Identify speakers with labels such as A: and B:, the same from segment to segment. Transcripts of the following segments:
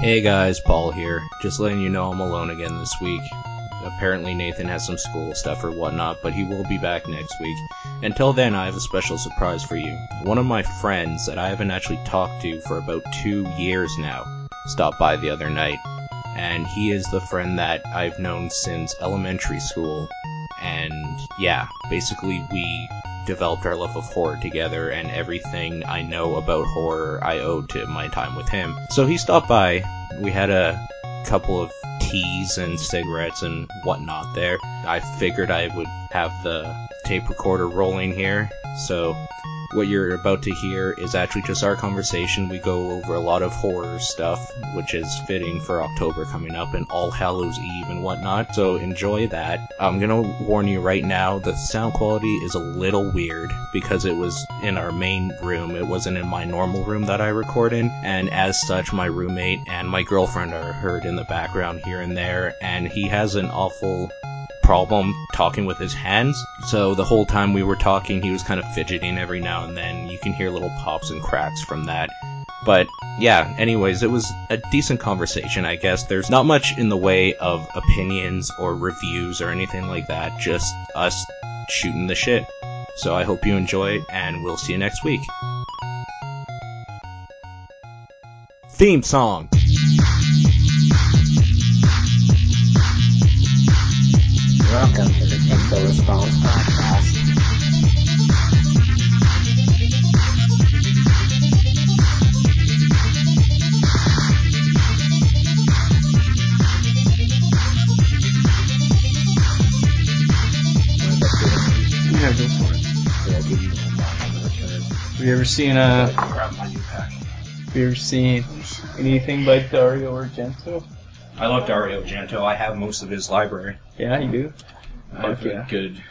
A: Hey guys, Paul here. Just letting you know I'm alone again this week. Apparently, Nathan has some school stuff or whatnot, but he will be back next week. Until then, I have a special surprise for you. One of my friends that I haven't actually talked to for about two years now stopped by the other night, and he is the friend that I've known since elementary school. And yeah, basically, we developed our love of horror together, and everything I know about horror I owe to my time with him. So he stopped by. We had a couple of teas and cigarettes and whatnot there. I figured I would have the tape recorder rolling here, so what you're about to hear is actually just our conversation. We go over a lot of horror stuff, which is fitting for October coming up and All Hallows Eve and whatnot. So enjoy that. I'm gonna warn you right now, the sound quality is a little weird because it was in our main room. It wasn't in my normal room that I record in, and as such, my roommate and my girlfriend are heard in the background here and there, and he has an awful problem talking with his hands. So the whole time we were talking, he was kind of fidgeting every now and then. You can hear little pops and cracks from that. But yeah, anyways, it was a decent conversation, I guess. There's not much in the way of opinions or reviews or anything like that, just us shooting the shit. So I hope you enjoy it, and we'll see you next week. Theme song!
B: Welcome to the Pixel Response Podcast. Wanna go through
C: Yeah, go for it.
B: the- we'll give you a walk on the return.
C: Have you ever seen uh
B: Grab my new pack.
C: have you ever seen anything by Dario Argento?
A: I love Dario Argento. I have most of his library.
C: Yeah, you do.
A: I have
C: Oh, yeah.
A: good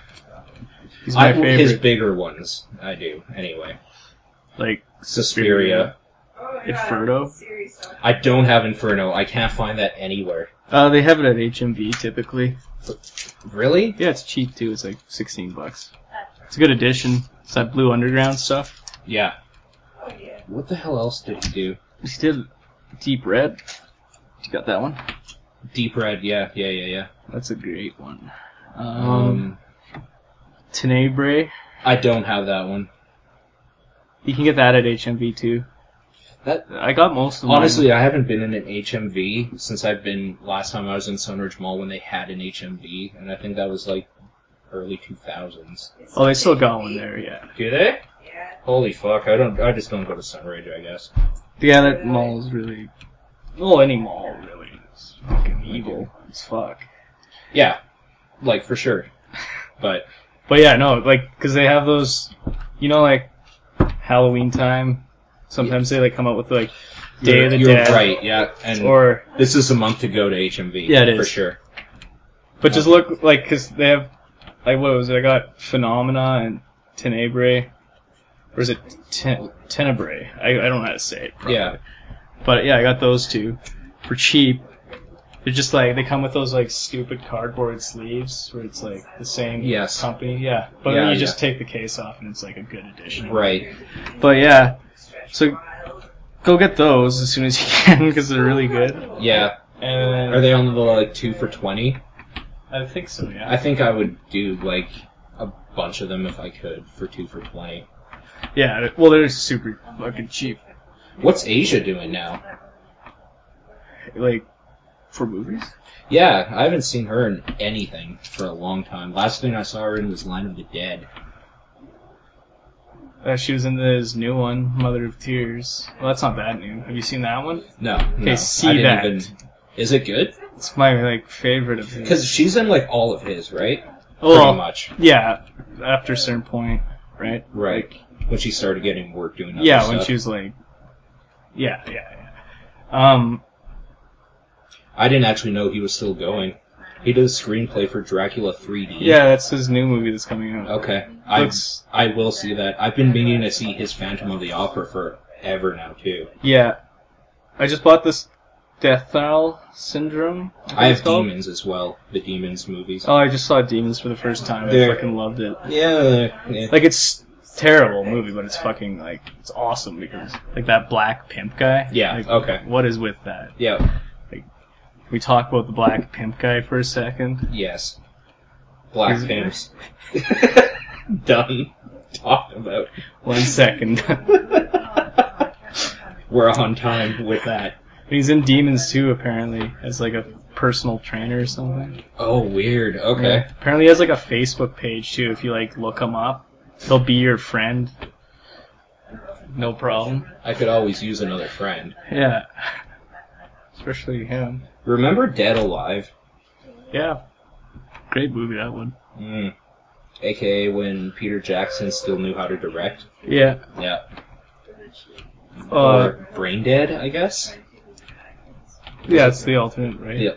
C: He's my
A: I-
C: favorite.
A: His bigger ones, I do. Anyway,
C: Like
A: Suspiria.
C: Inferno.
A: I don't have Inferno. I can't find that anywhere.
C: Uh, they have it at HMV typically.
A: Really?
C: Yeah, it's cheap too. It's like sixteen bucks. It's a good edition. It's that Blue Underground stuff.
A: Yeah. What the hell else did he do?
C: He did Deep Red. You got that one?
A: Deep Red. Yeah, yeah, yeah, yeah.
C: That's a great one.
A: Um,
C: Um, Tenebrae.
A: I don't have that one.
C: You can get that at HMV too.
A: That
C: I got most of them.
A: honestly, I haven't been in an HMV since I've been last time I was in Sunridge Mall when they had an HMV, and I think that was like early two thousands.
C: Oh, they still got one there. Yeah.
A: Do they?
D: Yeah.
A: Holy fuck! I don't. I just don't go to Sunridge. I guess.
C: Yeah, that mall's really. Well, any mall really is fucking evil as fuck.
A: Yeah, like for sure. But
C: But yeah, no, like, cause they have those, you know, like Halloween time. Sometimes they like come up with like Day
A: you're,
C: of the
A: you're
C: Dead.
A: right, yeah. And
C: or,
A: this is a month to go to HMV.
C: Yeah, it
A: for
C: is.
A: sure.
C: but just look like, cause they have like what was it? I got Phenomena and Tenebrae, or is it Ten- Tenebrae? I, I don't know how to say it. Properly.
A: Yeah,
C: But yeah, I got those two for cheap. They're just like they come with those like stupid cardboard sleeves where it's like the same
A: Yes.
C: company. Yeah. But
A: Yeah,
C: then you
A: yeah.
C: just take the case off and it's like a good addition.
A: right.
C: But yeah, so go get those as soon as you can because they're really good.
A: Yeah.
C: And
A: Are they on the like two for twenty?
C: I think so. Yeah.
A: I think I would do like a bunch of them if I could for two for twenty.
C: yeah. Well, they're super fucking cheap.
A: What's Asia doing now?
C: Like for movies.
A: Yeah, I haven't seen her in anything for a long time. Last thing I saw her in was Line of the Dead.
C: Uh, she was in this new one, Mother of Tears. Well, that's not that new. Have you seen that one?
A: No, no,
C: Okay, see
A: I didn't
C: that.
A: even. Is it good?
C: It's my like favorite of his.
A: Because she's in like all of his, right?
C: Mm. Well,
A: Pretty much,
C: Yeah, after a certain point, right?
A: right? When she started getting work doing. Other
C: yeah,
A: stuff.
C: when she was like, yeah, yeah, yeah. Um,
A: I didn't actually know he was still going. He did a screenplay for Dracula 3D.
C: yeah, that's his new movie that's coming out.
A: Okay. I
C: Looks-
A: I will see that. I've been meaning to see his Phantom of the Opera forever now too.
C: Yeah, I just bought this Death Knell Syndrome. think
A: I
C: it's
A: have
C: called.
A: demons as well. The demons movies.
C: Oh, I just saw Demons for the first time.
A: They're-
C: I fucking loved it.
A: Yeah. yeah.
C: Like it's terrible movie, but it's fucking like it's awesome because like that black pimp guy.
D: Yeah,
C: Like,
D: okay.
C: What is with that?
D: Yeah.
C: Can we talk about the black pimp guy for a second.
D: Yes. Black
C: Is-
D: pimps. Done. Talked about.
C: One second.
D: We're on time with that.
C: He's in Demons too, apparently, as like a personal trainer or something.
D: Oh, weird. Okay.
C: Apparently, he has like a Facebook page too. If you like look him up, he'll be your friend. No problem.
D: I could always use another friend.
C: Yeah. Especially him.
D: Remember Dead Alive?
C: Yeah. Great movie that one.
D: Mm. AKA when Peter Jackson still knew how to direct.
C: Yeah.
D: Yeah.
C: Uh,
D: or Brain Dead, I guess?
C: yeah, it's the alternate, right?
D: Yeah.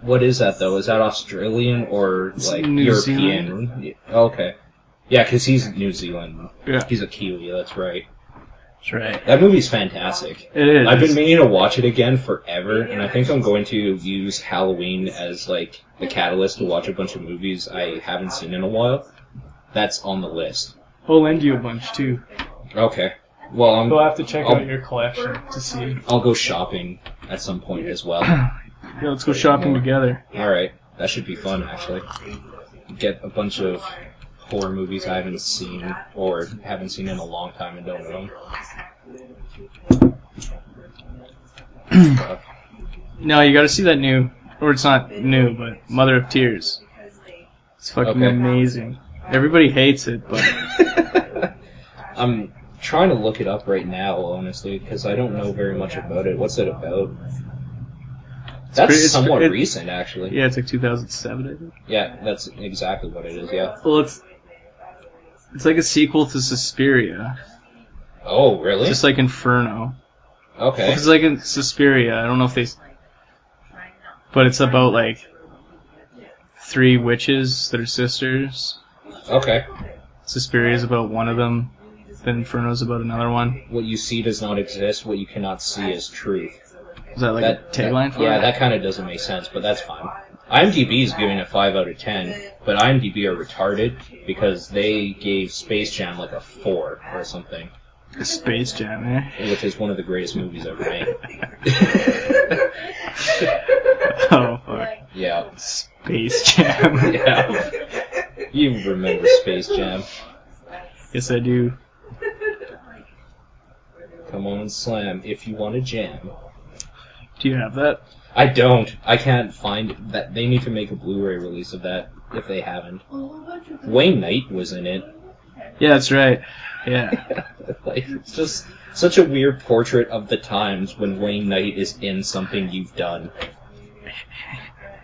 D: What is that though? Is that Australian or
C: It's
D: like
C: New
D: European? Yeah, Okay. Yeah, because he's New Zealand.
C: Yeah.
D: He's a Kiwi, that's right.
C: That's right.
D: That movie's fantastic.
C: It is.
D: I've been meaning to watch it again forever, and I think I'm going to use Halloween as like the catalyst to watch a bunch of movies I haven't seen in a while. That's on the list.
C: We'll lend you a bunch too. Oh.
D: Okay. Well, I'm,
C: We'll have to check
D: I'll-
C: out your collection to see.
D: I'll go shopping at some point as well.
C: Yeah, let's go shopping together.
D: All right, that should be fun actually. Get a bunch of horror movies I haven't seen or haven't seen in a long time and don't own.
C: No, you gotta see that new, or it's not new, but Mother of Tears. It's fucking
D: Okay.
C: amazing. Everybody hates it, but
D: I'm trying to look it up right now, honestly, because I don't know very much about it. What's it about? That's
C: pretty- it's
D: somewhat
C: pretty-
D: recent, actually.
C: yeah, it's like 2007, I think.
D: Yeah, that's exactly what it is. Yeah.
C: Well, it's it's like a sequel to Suspiria,
D: Oh, really?
C: just like Inferno.
D: Okay.
C: It's like in Suspiria. I don't know if they, s- but it's about like three witches that are sisters.
D: Okay.
C: Suspiria is about one of them. Then Inferno's about another one.
D: What you see does not exist. What you cannot see is truth.
C: Is that like
D: that,
C: a tagline
D: that-
C: for
D: yeah,
C: it?
D: that kind of doesn't make sense, but that's fine. IMDb is giving it 5 out of 10, but IMDb are retarded because they gave Space Jam like a 4 or something,
C: Space Jam, eh?
D: which is one of the greatest movies ever made.
C: Oh, fuck.
D: yeah.
C: Space Jam.
D: Yeah. You remember Space Jam.
C: yes, I do.
D: Come on and slam if you want to jam.
C: Do you have that?
D: I don't. I can't find that. They need to make a Blu-ray release of that if they haven't. Wayne Knight was in it.
C: Yeah, that's right. Yeah.
D: like it's just such a weird portrait of the times when Wayne Knight is in something you've done.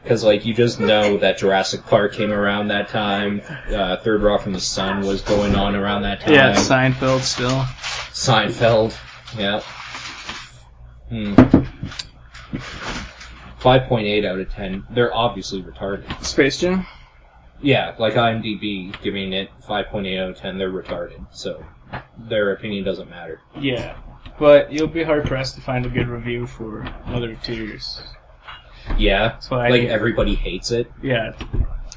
D: Because like you just know that Jurassic Park came around that time, uh, Third Rock from the Sun was going on around that time.
C: Yeah, Seinfeld still.
D: Seinfeld. Yeah. Hmm. Five point eight out of ten. They're obviously retarded.
C: Space Jam?
D: Yeah, like IMDb giving it five point eight out of ten. They're retarded, so their opinion doesn't matter.
C: Yeah. But you'll be hard pressed to find a good review for Mother of Tears.
D: Yeah,
C: That's what I
D: like
C: do.
D: everybody hates it.
C: Yeah.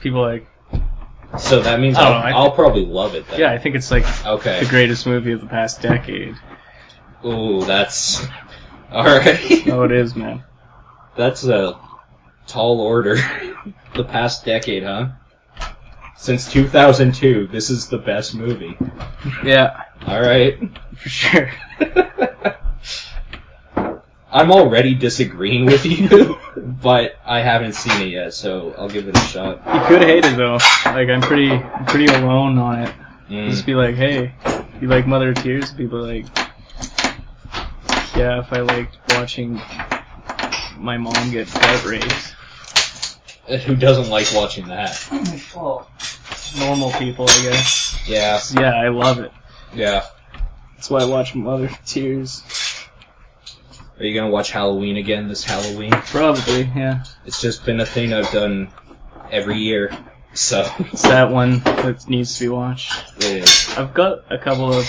C: People are like,
D: So that means
C: I don't
D: I'll,
C: know, Oh, I
D: I'll probably love it then.
C: yeah, I think it's like
D: Okay.
C: the greatest movie of the past decade.
D: Ooh, that's all right.
C: Oh, it is, man.
D: that's a tall order. the past decade, huh? Since 2002, this is the best movie.
C: Yeah,
D: All right.
C: for sure.
D: I'm already disagreeing with you, but I haven't seen it yet, so I'll give it a shot.
C: You could hate it though. Like I'm pretty, I'm pretty alone on it. Just
D: Mm.
C: be like, hey, you like Mother of Tears? People are like, yeah, if I liked watching my mom get butt raped.
D: Who doesn't like watching that?
C: Well, normal people, I guess.
D: Yeah,
C: Yeah, I love it.
D: yeah.
C: That's why I watch Mother of Tears.
D: Are you gonna watch Halloween again this Halloween?
C: Probably, yeah.
D: It's just been a thing I've done every year. So
C: It's that one that needs to be watched.
D: it is.
C: I've got a couple of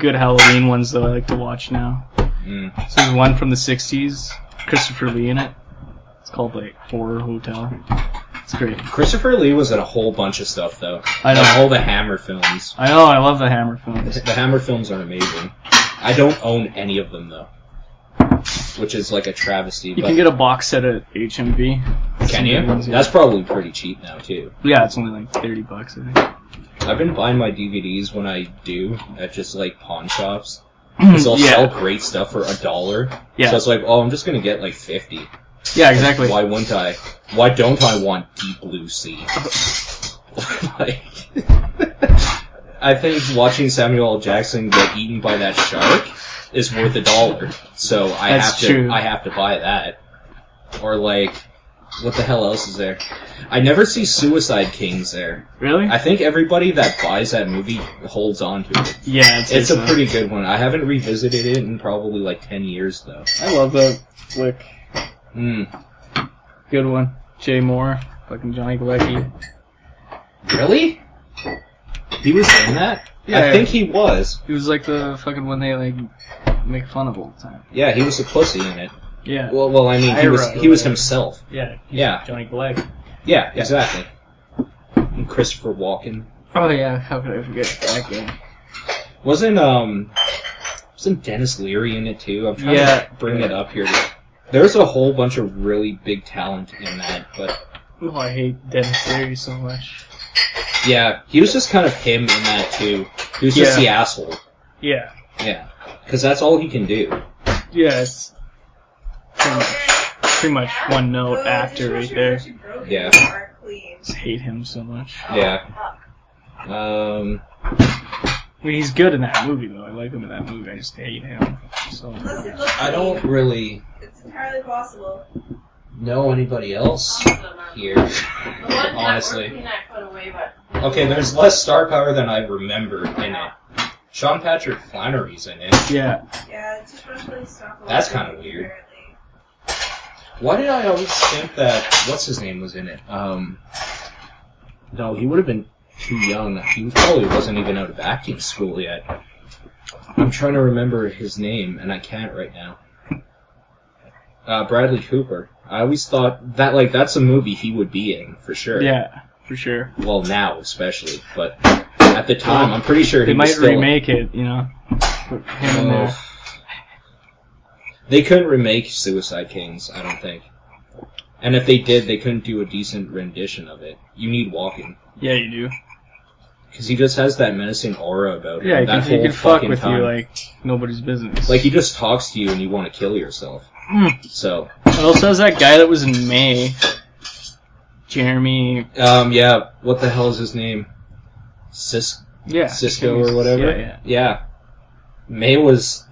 C: good Halloween ones though I like to watch now.
D: Mm.
C: So there's one from the 60s, Christopher Lee in it. It's called like Horror Hotel. It's great.
D: Christopher Lee was in a whole bunch of stuff though.
C: I know.
D: Like, all the Hammer films.
C: I know. I love the Hammer films.
D: The Hammer films are amazing. I don't own any of them though, which is like a travesty.
C: You
D: but
C: can get a box set at HMV.
D: can
C: Some good
D: you?
C: ones, yeah.
D: That's probably pretty cheap now too.
C: yeah, it's only like thirty bucks. I think.
D: I've been buying my DVDs when I do at just like pawn shops. Because they'll
C: Mm, yeah.
D: sell great stuff for a dollar.
C: Yeah.
D: So it's like, oh, I'm just gonna get like fifty.
C: Yeah, exactly.
D: Why wouldn't I? Why don't I want Deep Blue Sea? like, I think watching Samuel L. Jackson get eaten by that shark is worth a dollar. So I
C: That's
D: have to,
C: true.
D: I have to buy that. Or like, what the hell else is there? I never see Suicide Kings there.
C: Really?
D: I think everybody that buys that movie holds on to it.
C: yeah, it's,
D: It's a
C: uh,
D: pretty good one. I haven't revisited it in probably like ten years though.
C: I love that flick.
D: Mm.
C: Good one. Jay Moore, fucking Johnny Galecki.
D: Really? He was in that?
C: Yeah,
D: I
C: yeah.
D: think he was.
C: He was like the fucking one they like make fun of all the time.
D: Yeah, he was a pussy in it.
C: Yeah.
D: Well, well, I mean, he
C: I
D: was
C: wrote
D: he was
C: it.
D: himself.
C: yeah.
D: Yeah,
C: Johnny Galecki.
D: yeah, exactly. And Christopher Walken
C: Oh yeah, how could I forget that guy?
D: wasn't um wasn't Dennis Leary in it too? I'm trying
C: Yeah.
D: to bring it up here. There's a whole bunch of really big talent in that, but
C: Oh, I hate Dennis Leary so much.
D: yeah, he was just kind of him in that too. He was just
C: Yeah.
D: the asshole.
C: Yeah.
D: Yeah, because that's all he can do.
C: Yeah, it's pretty much, pretty much one note actor right there.
D: Yeah.
C: Just hate him so much.
D: Yeah. Um.
C: I mean, he's good in that movie though. I like him in that movie. I just hate him so much.
D: I don't really
E: It's entirely possible.
D: know anybody else here. Honestly. Okay, there's less star power than I remember in it. Sean Patrick Flannery's in it.
C: Yeah.
E: Yeah, it's just really stuff.
D: That's kinda weird. Why did I always think that what's his name was in it? Um, no, he would have been too young. He probably wasn't even out of acting school yet. I'm trying to remember his name, and I can't right now. Uh, Bradley Cooper. I always thought that like that's a movie he would be in for sure.
C: Yeah, for sure.
D: Well, now especially, but at the time, I'm pretty sure he
C: They
D: was
C: might
D: still- Oh.
C: remake it, you know. Put him in there.
D: Uh, They couldn't remake Suicide Kings, I don't think. And if they did, they couldn't do a decent rendition of it. You need Walken.
C: Yeah, you do.
D: Because he just has that menacing aura about him.
C: Yeah, you
D: that
C: can, you
D: whole
C: can fuck
D: fucking
C: with
D: time.
C: you like nobody's business.
D: Like, he just talks to you and you want to kill yourself.
C: Mm.
D: So,
C: It also has that guy that was in May. Jeremy.
D: um, yeah, what the hell is his name? Sis-
C: Yeah.
D: Cisco or whatever?
C: Yeah, yeah.
D: Yeah. May was,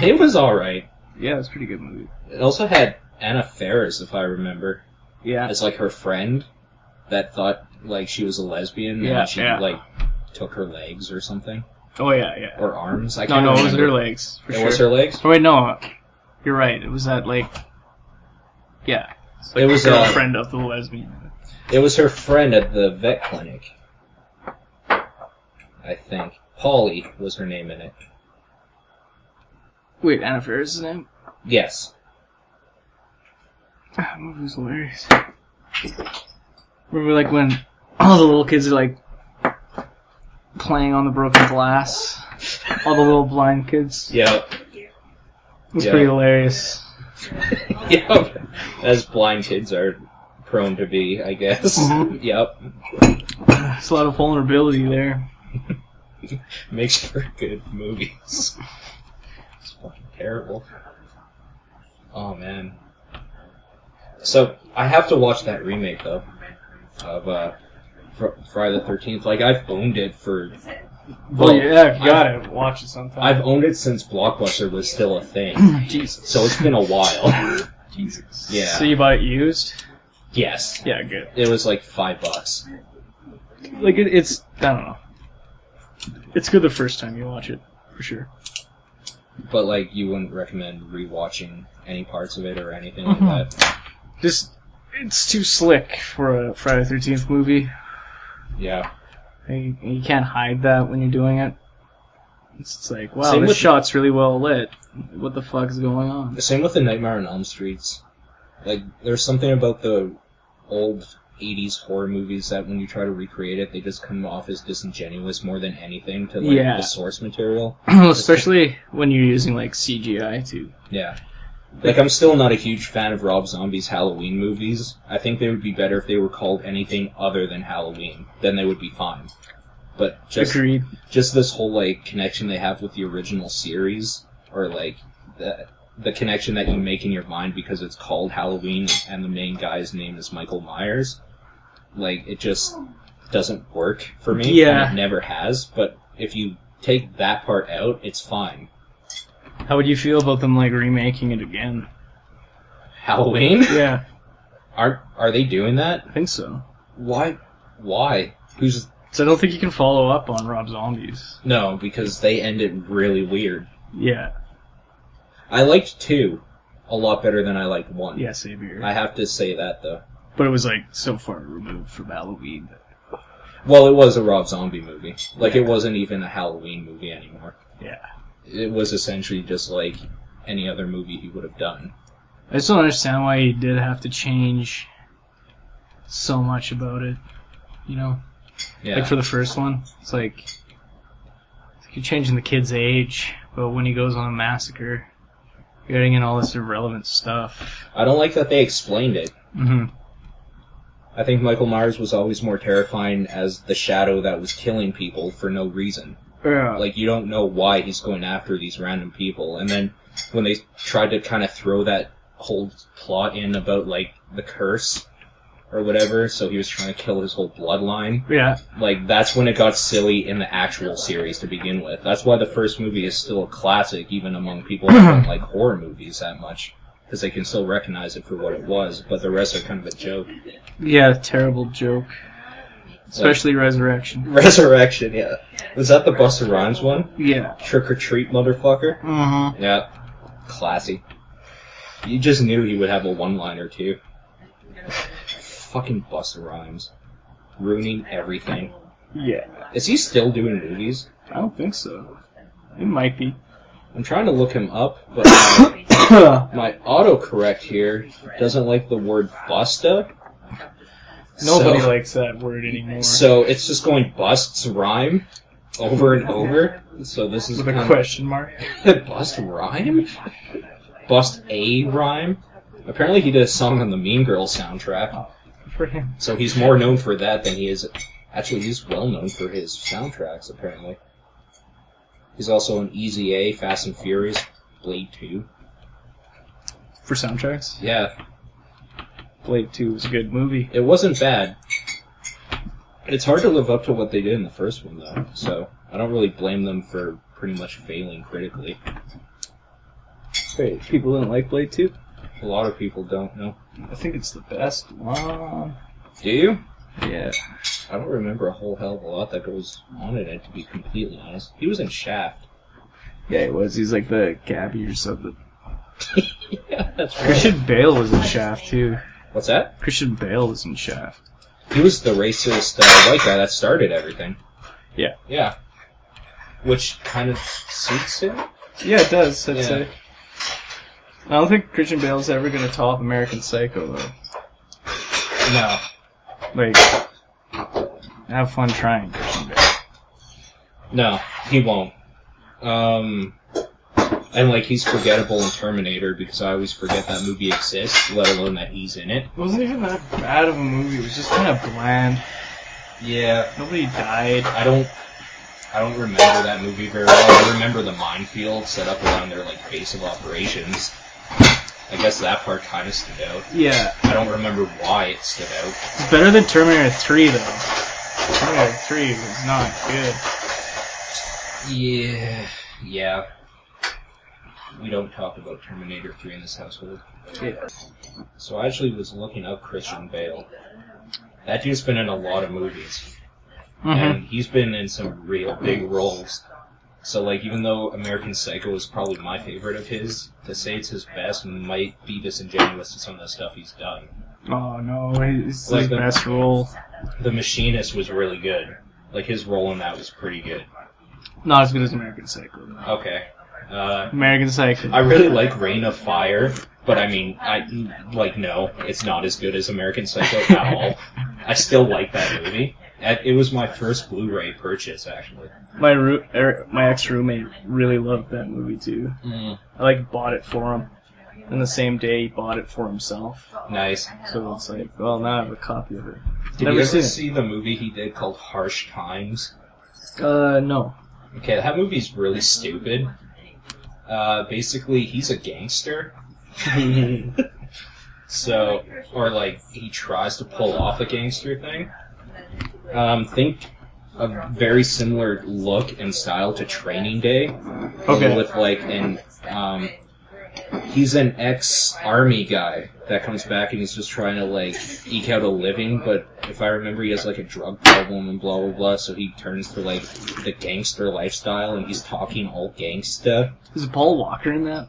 D: May was alright.
C: Yeah, it's a pretty good movie.
D: It also had Anna Faris, if I remember.
C: Yeah.
D: as like her friend that thought like she was a lesbian
C: Yeah,
D: and she
C: yeah.
D: like took her legs or something
C: Oh, yeah, yeah.
D: or arms. I
C: No,
D: can't
C: no, it was
D: remember.
C: her legs. For
D: It
C: sure.
D: was her legs.
C: Oh, wait, no. You're right. It was that, like. Yeah. It's like
D: It was,
C: the
D: uh,
C: girlfriend of the lesbian.
D: It was her friend at the vet clinic. I think Polly was her name in it.
C: Wait, Anna Faris' name? Ah,
D: Yes.
C: That movie's hilarious. Remember, like, when all the little kids are, like, playing on the broken glass? All the little blind kids?
D: Yep.
C: It's
D: Yeah.
C: pretty hilarious.
D: Yep. As blind kids are prone to be, I guess.
C: Mhm.
D: Yep.
C: It's a lot of vulnerability there.
D: Makes for good movies. It's fucking terrible. Oh man. So I have to watch that remake though of uh, Fr- Friday the Thirteenth. Like I've owned it for.
C: Well, yeah, if you got
D: I've,
C: it. Watch it sometime.
D: I've owned it since Blockbuster was still a thing,
C: Jesus.
D: so it's been a while.
C: Jesus.
D: Yeah.
C: So you bought it used?
D: yes,
C: Yeah, good.
D: it was like five bucks.
C: Like it, it's I don't know. It's good the first time you watch it for sure.
D: But like, you wouldn't recommend rewatching any parts of it or anything
C: Mhm.
D: like that.
C: Just it's too slick for a Friday Thirteenth movie.
D: Yeah.
C: You, you can't hide that when you're doing it. It's just like wow,
D: Same
C: this
D: with-
C: shot's really well lit. What the fuck is going on?
D: The same with the Nightmare on Elm Streets. Like, there's something about the old 80s horror movies that when you try to recreate it, they just come off as disingenuous more than anything to like
C: Yeah.
D: the source material.
C: Especially when you're using like CGI to
D: Yeah. Like I'm still not a huge fan of Rob Zombie's Halloween movies. I think they would be better if they were called anything other than Halloween. Then they would be fine. But just
C: agreed.
D: just this whole like connection they have with the original series, or like the the connection that you make in your mind because it's called Halloween and the main guy's name is Michael Myers. Like it just doesn't work for me.
C: Yeah.
D: and it never has. But if you take that part out, it's fine.
C: How would you feel about them like remaking it again?
D: Halloween?
C: Yeah,
D: Are are they doing that?
C: I think so.
D: Why? Why? Who's
C: So I don't think you can follow up on Rob Zombies.
D: no? Because they end it really weird.
C: Yeah,
D: I liked two a lot better than I liked one.
C: yeah, same here.
D: I have to say that though.
C: but it was like so far removed from Halloween. that-
D: Well, it was a Rob Zombie movie. Like it wasn't even a Halloween movie anymore.
C: Yeah,
D: It was essentially just like any other movie he would have done.
C: I just don't understand why he did have to change so much about it. You know,
D: Yeah.
C: like for the first one, it's like, it's like you're changing the kid's age, but when he goes on a massacre, you're adding in all this irrelevant stuff.
D: I don't like that they explained it.
C: Mm-hmm.
D: I think Michael Myers was always more terrifying as the shadow that was killing people for no reason.
C: Yeah.
D: Like you don't know why he's going after these random people. And then when they tried to kind of throw that whole plot in about like the curse or whatever, so he was trying to kill his whole bloodline.
C: yeah.
D: Like that's when it got silly in the actual series to begin with. That's why the first movie is still a classic even among people that don't like horror movies that much. Because they can still recognize it for what it was, but the rest are kind of a joke.
C: Yeah, terrible joke. Especially Resurrection.
D: Resurrection, yeah. Was that the Buster Rhymes one?
C: Yeah.
D: Trick or treat, motherfucker?
C: Mm-hmm.
D: Yeah. Classy. You just knew he would have a one liner too. Fucking Busta Rhymes. Ruining everything.
C: Yeah.
D: Is he still doing movies?
C: I don't think so. It might be.
D: I'm trying to look him up, but my,
C: no,
D: my autocorrect here doesn't like the word Busta.
C: Nobody
D: so,
C: likes that word anymore.
D: So it's just going Busts Rhyme over and over. So this is
C: With a
D: kind of-
C: question mark.
D: Bust rhyme? Bust a rhyme? Apparently he did a song on the Mean Girls soundtrack,
C: For him.
D: so he's more known for that than he is. Actually, he's well known for his soundtracks. Apparently, he's also an Easy A, Fast and Furious, Blade Two.
C: For soundtracks.
D: Yeah,
C: Blade 2 was a good movie.
D: it wasn't bad. It's hard to live up to what they did in the first one, though. So I don't really blame them for pretty much failing critically.
C: Wait, people didn't like Blade 2?
D: A lot of people don't know.
C: I think it's the best one.
D: Do you?
C: Yeah.
D: I don't remember a whole hell of a lot that goes on in it, to be completely honest. He was in Shaft.
C: Yeah, it was. He's like the Gabby or something.
D: yeah, that's
C: Christian Bale was in Shaft, too.
D: What's that?
C: Christian Bale was in Shaft.
D: He was the racist uh, white guy that started everything.
C: Yeah.
D: Yeah. Which kind of suits him.
C: Yeah, it does, I'd
D: Yeah.
C: say. I don't think Christian Bale's ever going to top American Psycho, though.
D: No.
C: Like, have fun trying, Christian Bale.
D: No, he won't. Um, and like he's forgettable in Terminator because I always forget that movie exists, let alone that he's in it.
C: It wasn't even that bad of a movie. It was just kind of bland.
D: Yeah.
C: Nobody died.
D: I don't I don't remember that movie very well. I remember the minefield set up around their like base of operations. I guess that part kind of stood out.
C: Yeah,
D: I don't remember why it stood out.
C: it's better than Terminator 3, though. Terminator 3 was not good.
D: Yeah, yeah. We don't talk about Terminator 3 in this household.
C: Yeah.
D: So I actually was looking up Christian Bale. That dude's been in a lot of movies.
C: Mm-hmm.
D: and he's been in some real big roles. So like, even though American Psycho is probably my favorite of his, to say it's his best might be disingenuous to some of the stuff he's done.
C: Oh no, it's
D: Like
C: his
D: the-
C: best role.
D: The Machinist was really good. Like his role in that was pretty good.
C: Not as good as American Psycho. though.
D: Okay. Uh,
C: American Psycho.
D: I really like Reign of Fire, but I mean, I like no, it's not as good as American Psycho at all. I still like that movie. I- It was my first Blu-ray purchase, actually.
C: My roo- er, my ex roommate really loved that movie too.
D: Mm,
C: I like bought it for him, and the same day he bought it for himself.
D: nice.
C: So it's like, well, now I have a copy of it.
D: Did
C: Never
D: you ever
C: seen it.
D: see the movie he did called Harsh Times?
C: Uh, no.
D: Okay, that movie's really stupid. Uh, basically, he's a gangster. so, or like, he tries to pull off a gangster thing. Um, think a very similar look and style to Training Day.
C: Okay.
D: With like an, um, he's an ex-army guy that comes back and he's just trying to like eke out a living, but if I remember, he has like a drug problem and blah blah blah, so he turns to like the gangster lifestyle and he's talking all gangsta.
C: Is Paul Walker in that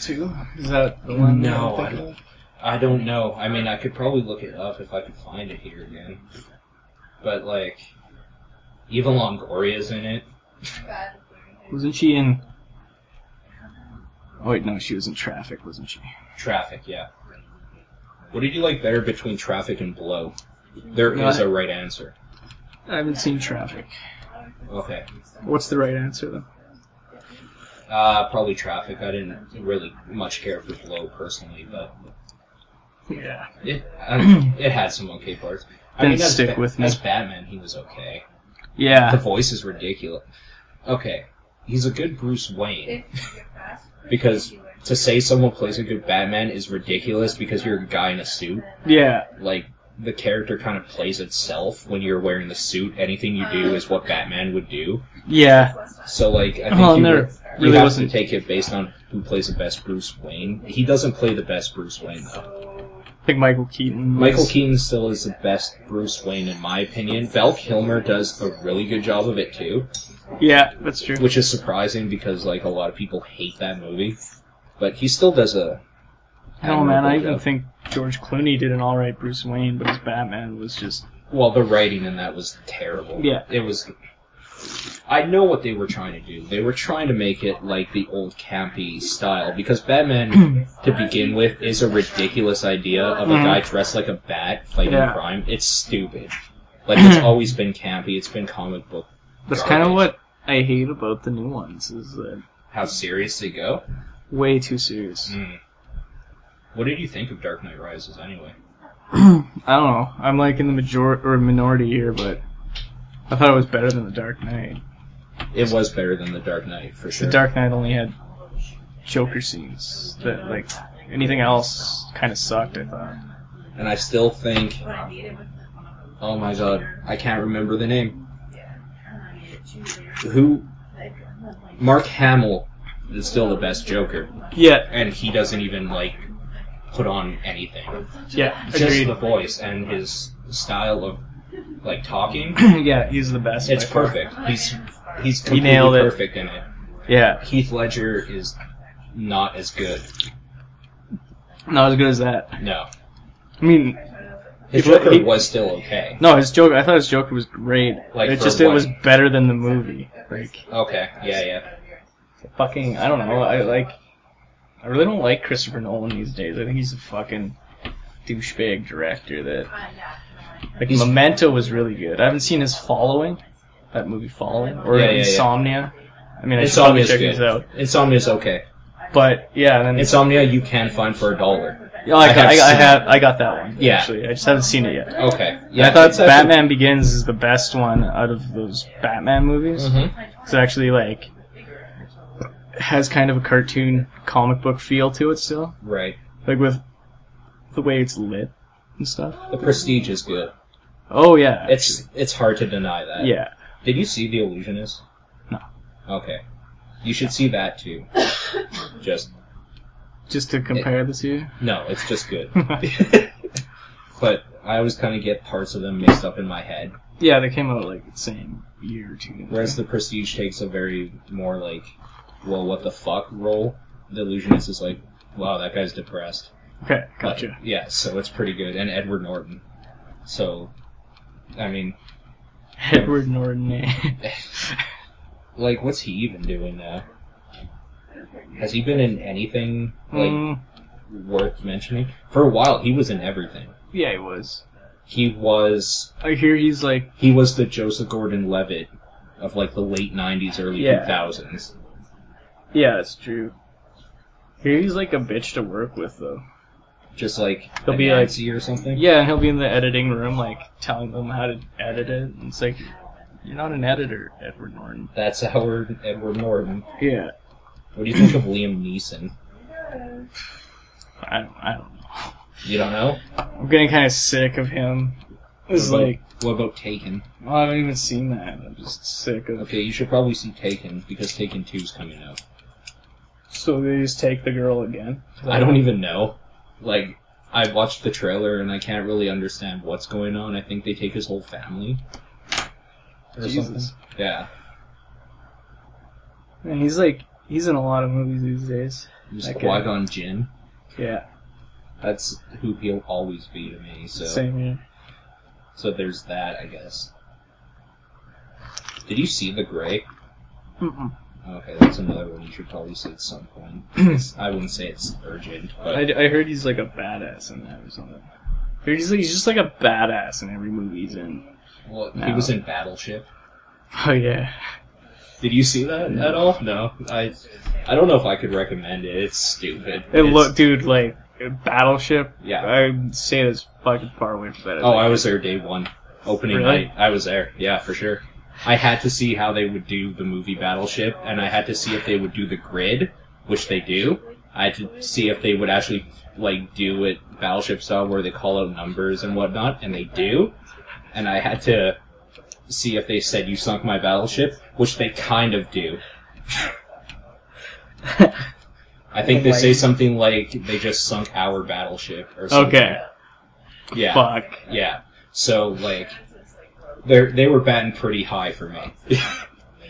C: too? Is that the one?
D: No,
C: that I'm
D: I
C: thinking
D: don't- I don't know. I mean, I could probably look it up if I could find it here again. But like, even Longoria's in it.
C: of? Wasn't she in? Oh wait, no, she was in Traffic, wasn't she?
D: Traffic, yeah. What did you like better between Traffic and Blow? There is a right answer.
C: I haven't seen Traffic.
D: Okay.
C: What's the right answer though?
D: Uh, probably traffic. I didn't really much care for Blow personally, but
C: Yeah.
D: it I, it had some okay parts. I
C: Didn't
D: as
C: stick
D: Ba-
C: with me.
D: As Batman, he was okay. The
C: Yeah.
D: voice is ridiculous. Okay, he's a good Bruce Wayne because to say someone plays a good Batman is ridiculous because you're a guy in a suit.
C: Yeah.
D: Like the character kind of plays itself when you're wearing the suit. Anything you
C: Uh-huh.
D: do is what Batman would do.
C: Yeah.
D: So like I think
C: Well,
D: you
C: and
D: were-
C: there
D: You
C: really
D: have
C: wasn't.
D: to take it based on who plays the best Bruce Wayne. He doesn't play the best Bruce Wayne though.
C: I think Michael Keaton. was-
D: Michael Keaton still is the best Bruce Wayne in my opinion. Val Kilmer does a really good job of it too,
C: Yeah, that's true.
D: which is surprising because like a lot of people hate that movie, but he still does a.
C: No man, I
D: admirable
C: even
D: job.
C: think George Clooney did an all right Bruce Wayne, but his Batman was just
D: Well, the writing in that was terrible.
C: Yeah.
D: it was. I know what they were trying to do. They were trying to make it like the old campy style because Batman, to begin with, is a ridiculous idea of a
C: Mhm.
D: guy dressed like a bat fighting
C: Yeah.
D: crime. It's stupid. Like it's always been campy. It's been comic book.
C: that's
D: Garbage.
C: kind of what I hate about the new ones is that
D: How serious they go.
C: way too serious.
D: Mm. What did you think of Dark Knight Rises anyway?
C: I don't know. I'm like in the major or minority here, but I thought it was better than the Dark Knight.
D: It was better than the Dark Knight for sure.
C: The Dark Knight only had Joker scenes that like anything else kind of sucked. I thought.
D: and I still think, oh my god, I can't remember the name. Who Mark Hamill is still the best Joker,
C: Yeah.
D: and he doesn't even like put on anything.
C: Yeah.
D: Just
C: Agreed.
D: the voice and his style of like talking.
C: yeah, he's the best.
D: It's
C: by far.
D: perfect. He's he's
C: He
D: completely
C: nailed it.
D: perfect in it.
C: Yeah.
D: Heath Ledger is not as good.
C: Not as good as that.
D: No,
C: I mean, If-
D: his Joker
C: he-
D: was still okay.
C: No, his joke. I thought his Joker was great.
D: Like,
C: it
D: for
C: just it
D: what?
C: was better than the movie. Like
D: Okay, yeah, yeah.
C: fucking, I don't know. I like. I really don't like Christopher Nolan these days. I think he's a fucking douchebag director. That like
D: He's-
C: Memento was really good. I haven't seen his Following, that movie Following, or
D: Yeah, yeah, yeah.
C: Insomnia. I mean, I should probably
D: Insomnia's
C: check these
D: good.
C: out.
D: Insomnia's okay.
C: But yeah, then
D: Insomnia you can find for a dollar.
C: Yeah, I,
D: I
C: got,
D: have
C: I, got- I
D: seen
C: have I got that one.
D: Yeah.
C: actually, I just haven't seen it yet.
D: Okay.
C: I thought
D: it's actually-
C: Batman Begins is the best one out of those Batman movies.
D: Mhm.
C: It's actually like has kind of a cartoon comic book feel to it still,
D: Right.
C: like with the way it's lit and stuff.
D: The Prestige is good.
C: Oh yeah,
D: It's it's hard to deny that.
C: yeah.
D: Did you see The Illusionist?
C: No.
D: Okay. You should see that too. just
C: Just to compare the two.
D: no, it's just good. but I always kind of get parts of them mixed up in my head.
C: yeah, they came out like the same year or two. didn't
D: Whereas
C: they?
D: The Prestige takes a very more like, well, what the fuck role. The Illusionist is like, wow, that guy's depressed.
C: okay,
D: But,
C: gotcha.
D: yeah, so it's pretty good. And Edward Norton. So, I mean,
C: Edward Norton. eh?
D: like, what's he even doing now? Has he been in anything like
C: Mm,
D: worth mentioning? For a while, he was in everything.
C: yeah, he was.
D: he was
C: I hear he's like
D: he was the Joseph Gordon-Levitt of like the late '90s, early
C: Yeah.
D: 2000s.
C: yeah, that's true. Here he's like a bitch to work with though.
D: Just like
C: He'll
D: a
C: be like-
D: Nancy or something.
C: Yeah, and he'll be in the editing room like telling them how to edit it. And it's like you're not an editor, Edward Norton.
D: That's Howard Edward Norton.
C: Yeah.
D: What do you think of Liam Neeson?
C: I don't, I don't know.
D: You don't know?
C: I'm getting kind of sick of him. It's
D: What about-
C: like
D: What about Taken?
C: well, I haven't even seen that. I'm just sick of.
D: Okay, you should probably see Taken because Taken 2 is coming out.
C: So they just take the girl again.
D: I don't even know. Like, I watched the trailer and I can't really understand what's going on. I think they take his whole family. Or
C: Jesus.
D: something. Yeah.
C: And he's like he's in a lot of movies these days.
D: Just
C: Okay.
D: Qui Gon Jinn.
C: Yeah.
D: That's who he'll always be to me. So,
C: Same here.
D: so there's that, I guess. Did you see The Gray?
C: Mm-mm.
D: Okay, that's another one you should probably see at some point. It's- I wouldn't say it's urgent, but
C: I, I heard he's like a badass in that or something. I heard he's like he's just like a badass in every movie he's in.
D: well, he
C: No.
D: was in Battleship.
C: Oh yeah.
D: Did you see that at all? No, I I don't know if I could recommend it. It's stupid.
C: It
D: It's-
C: look, dude, like Battleship.
D: Yeah.
C: I say that's fucking far away from that.
D: Oh, I was there day one, opening
C: Really?
D: night. I was there. Yeah, for sure. I had to see how they would do the movie Battleship, and I had to see if they would do the grid, which they do. I had to see if they would actually like do it Battleship style, where they call out numbers and whatnot, and they do. And I had to see if they said "You sunk my battleship," which they kind of do. I think they say something like they just sunk our battleship or something.
C: okay.
D: Yeah.
C: Fuck.
D: Yeah. So like, they they were batting pretty high for me,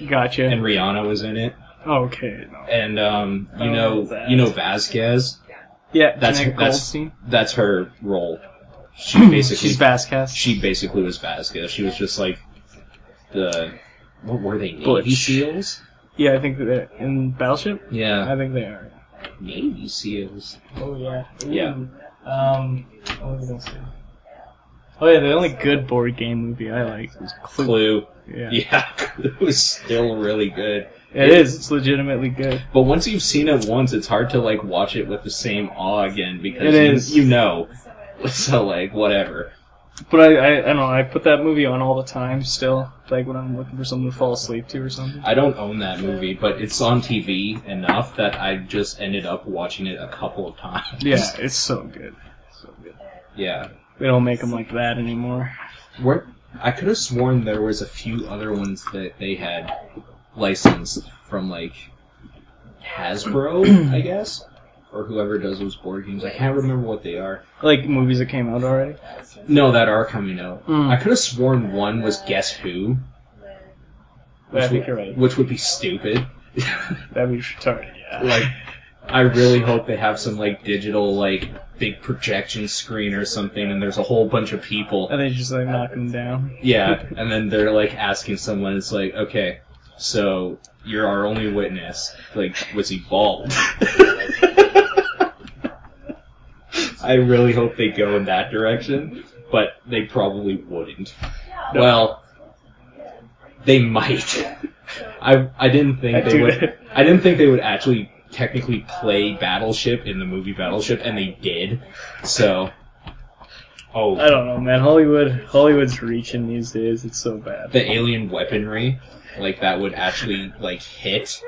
C: Gotcha.
D: and Rihanna was in it,
C: okay. No.
D: and um, you
C: Oh,
D: know,
C: Vaz.
D: you know Vasquez,
C: Yeah.
D: That's-
C: That's Jeanette
D: that's-
C: Goldstein.
D: that's her role. She basically,
C: She's Vasquez.
D: she basically was Vasquez. She was just like the what were they Navy
C: Butch.
D: Seals?
C: yeah, I think that they're in Battleship.
D: Yeah,
C: I think they are.
D: Navy Seals.
C: Oh yeah.
D: Yeah.
C: Um. What was I gonna say? Oh yeah, the only good board game movie I liked was Clue.
D: Clue.
C: Yeah.
D: Yeah, Clue is still really good.
C: It is. It's legitimately good.
D: But once you've seen it once, it's hard to like watch it with the same awe again
C: It
D: because you-
C: is.
D: you know. So like whatever.
C: But I, I, I don't know. I put that movie on all the time still, like when I'm looking for something to fall asleep to or something.
D: I don't own that movie, but it's on TV enough that I just ended up watching it a couple of times.
C: Yeah, it's so good. So good.
D: Yeah.
C: They don't make them like that anymore.
D: Where I could have sworn there was a few other ones that they had licensed from like Hasbro, I guess, or whoever does those board games. I can't remember what they are.
C: Like movies that came out already.
D: No, that are coming out.
C: Mm.
D: I could have sworn one was Guess Who,
C: But I
D: which
C: think
D: would,
C: you're right.
D: which would be stupid.
C: That'd be retarded. Yeah.
D: like I really hope they have some like digital like big projection screen or something and there's a whole bunch of people.
C: And they just like knock them down.
D: Yeah, and then they're like asking someone it's like, "Okay, so you're our only witness. Like was he bald?" I really hope they go in that direction, but they probably wouldn't. Well, they might. I I didn't think they
C: Dude.
D: would. I didn't think they would actually technically play Battleship in the movie Battleship, and they did. So, oh,
C: I don't know, man. Hollywood, Hollywood's reaching these days. It's so bad.
D: the alien weaponry, like that would actually like hit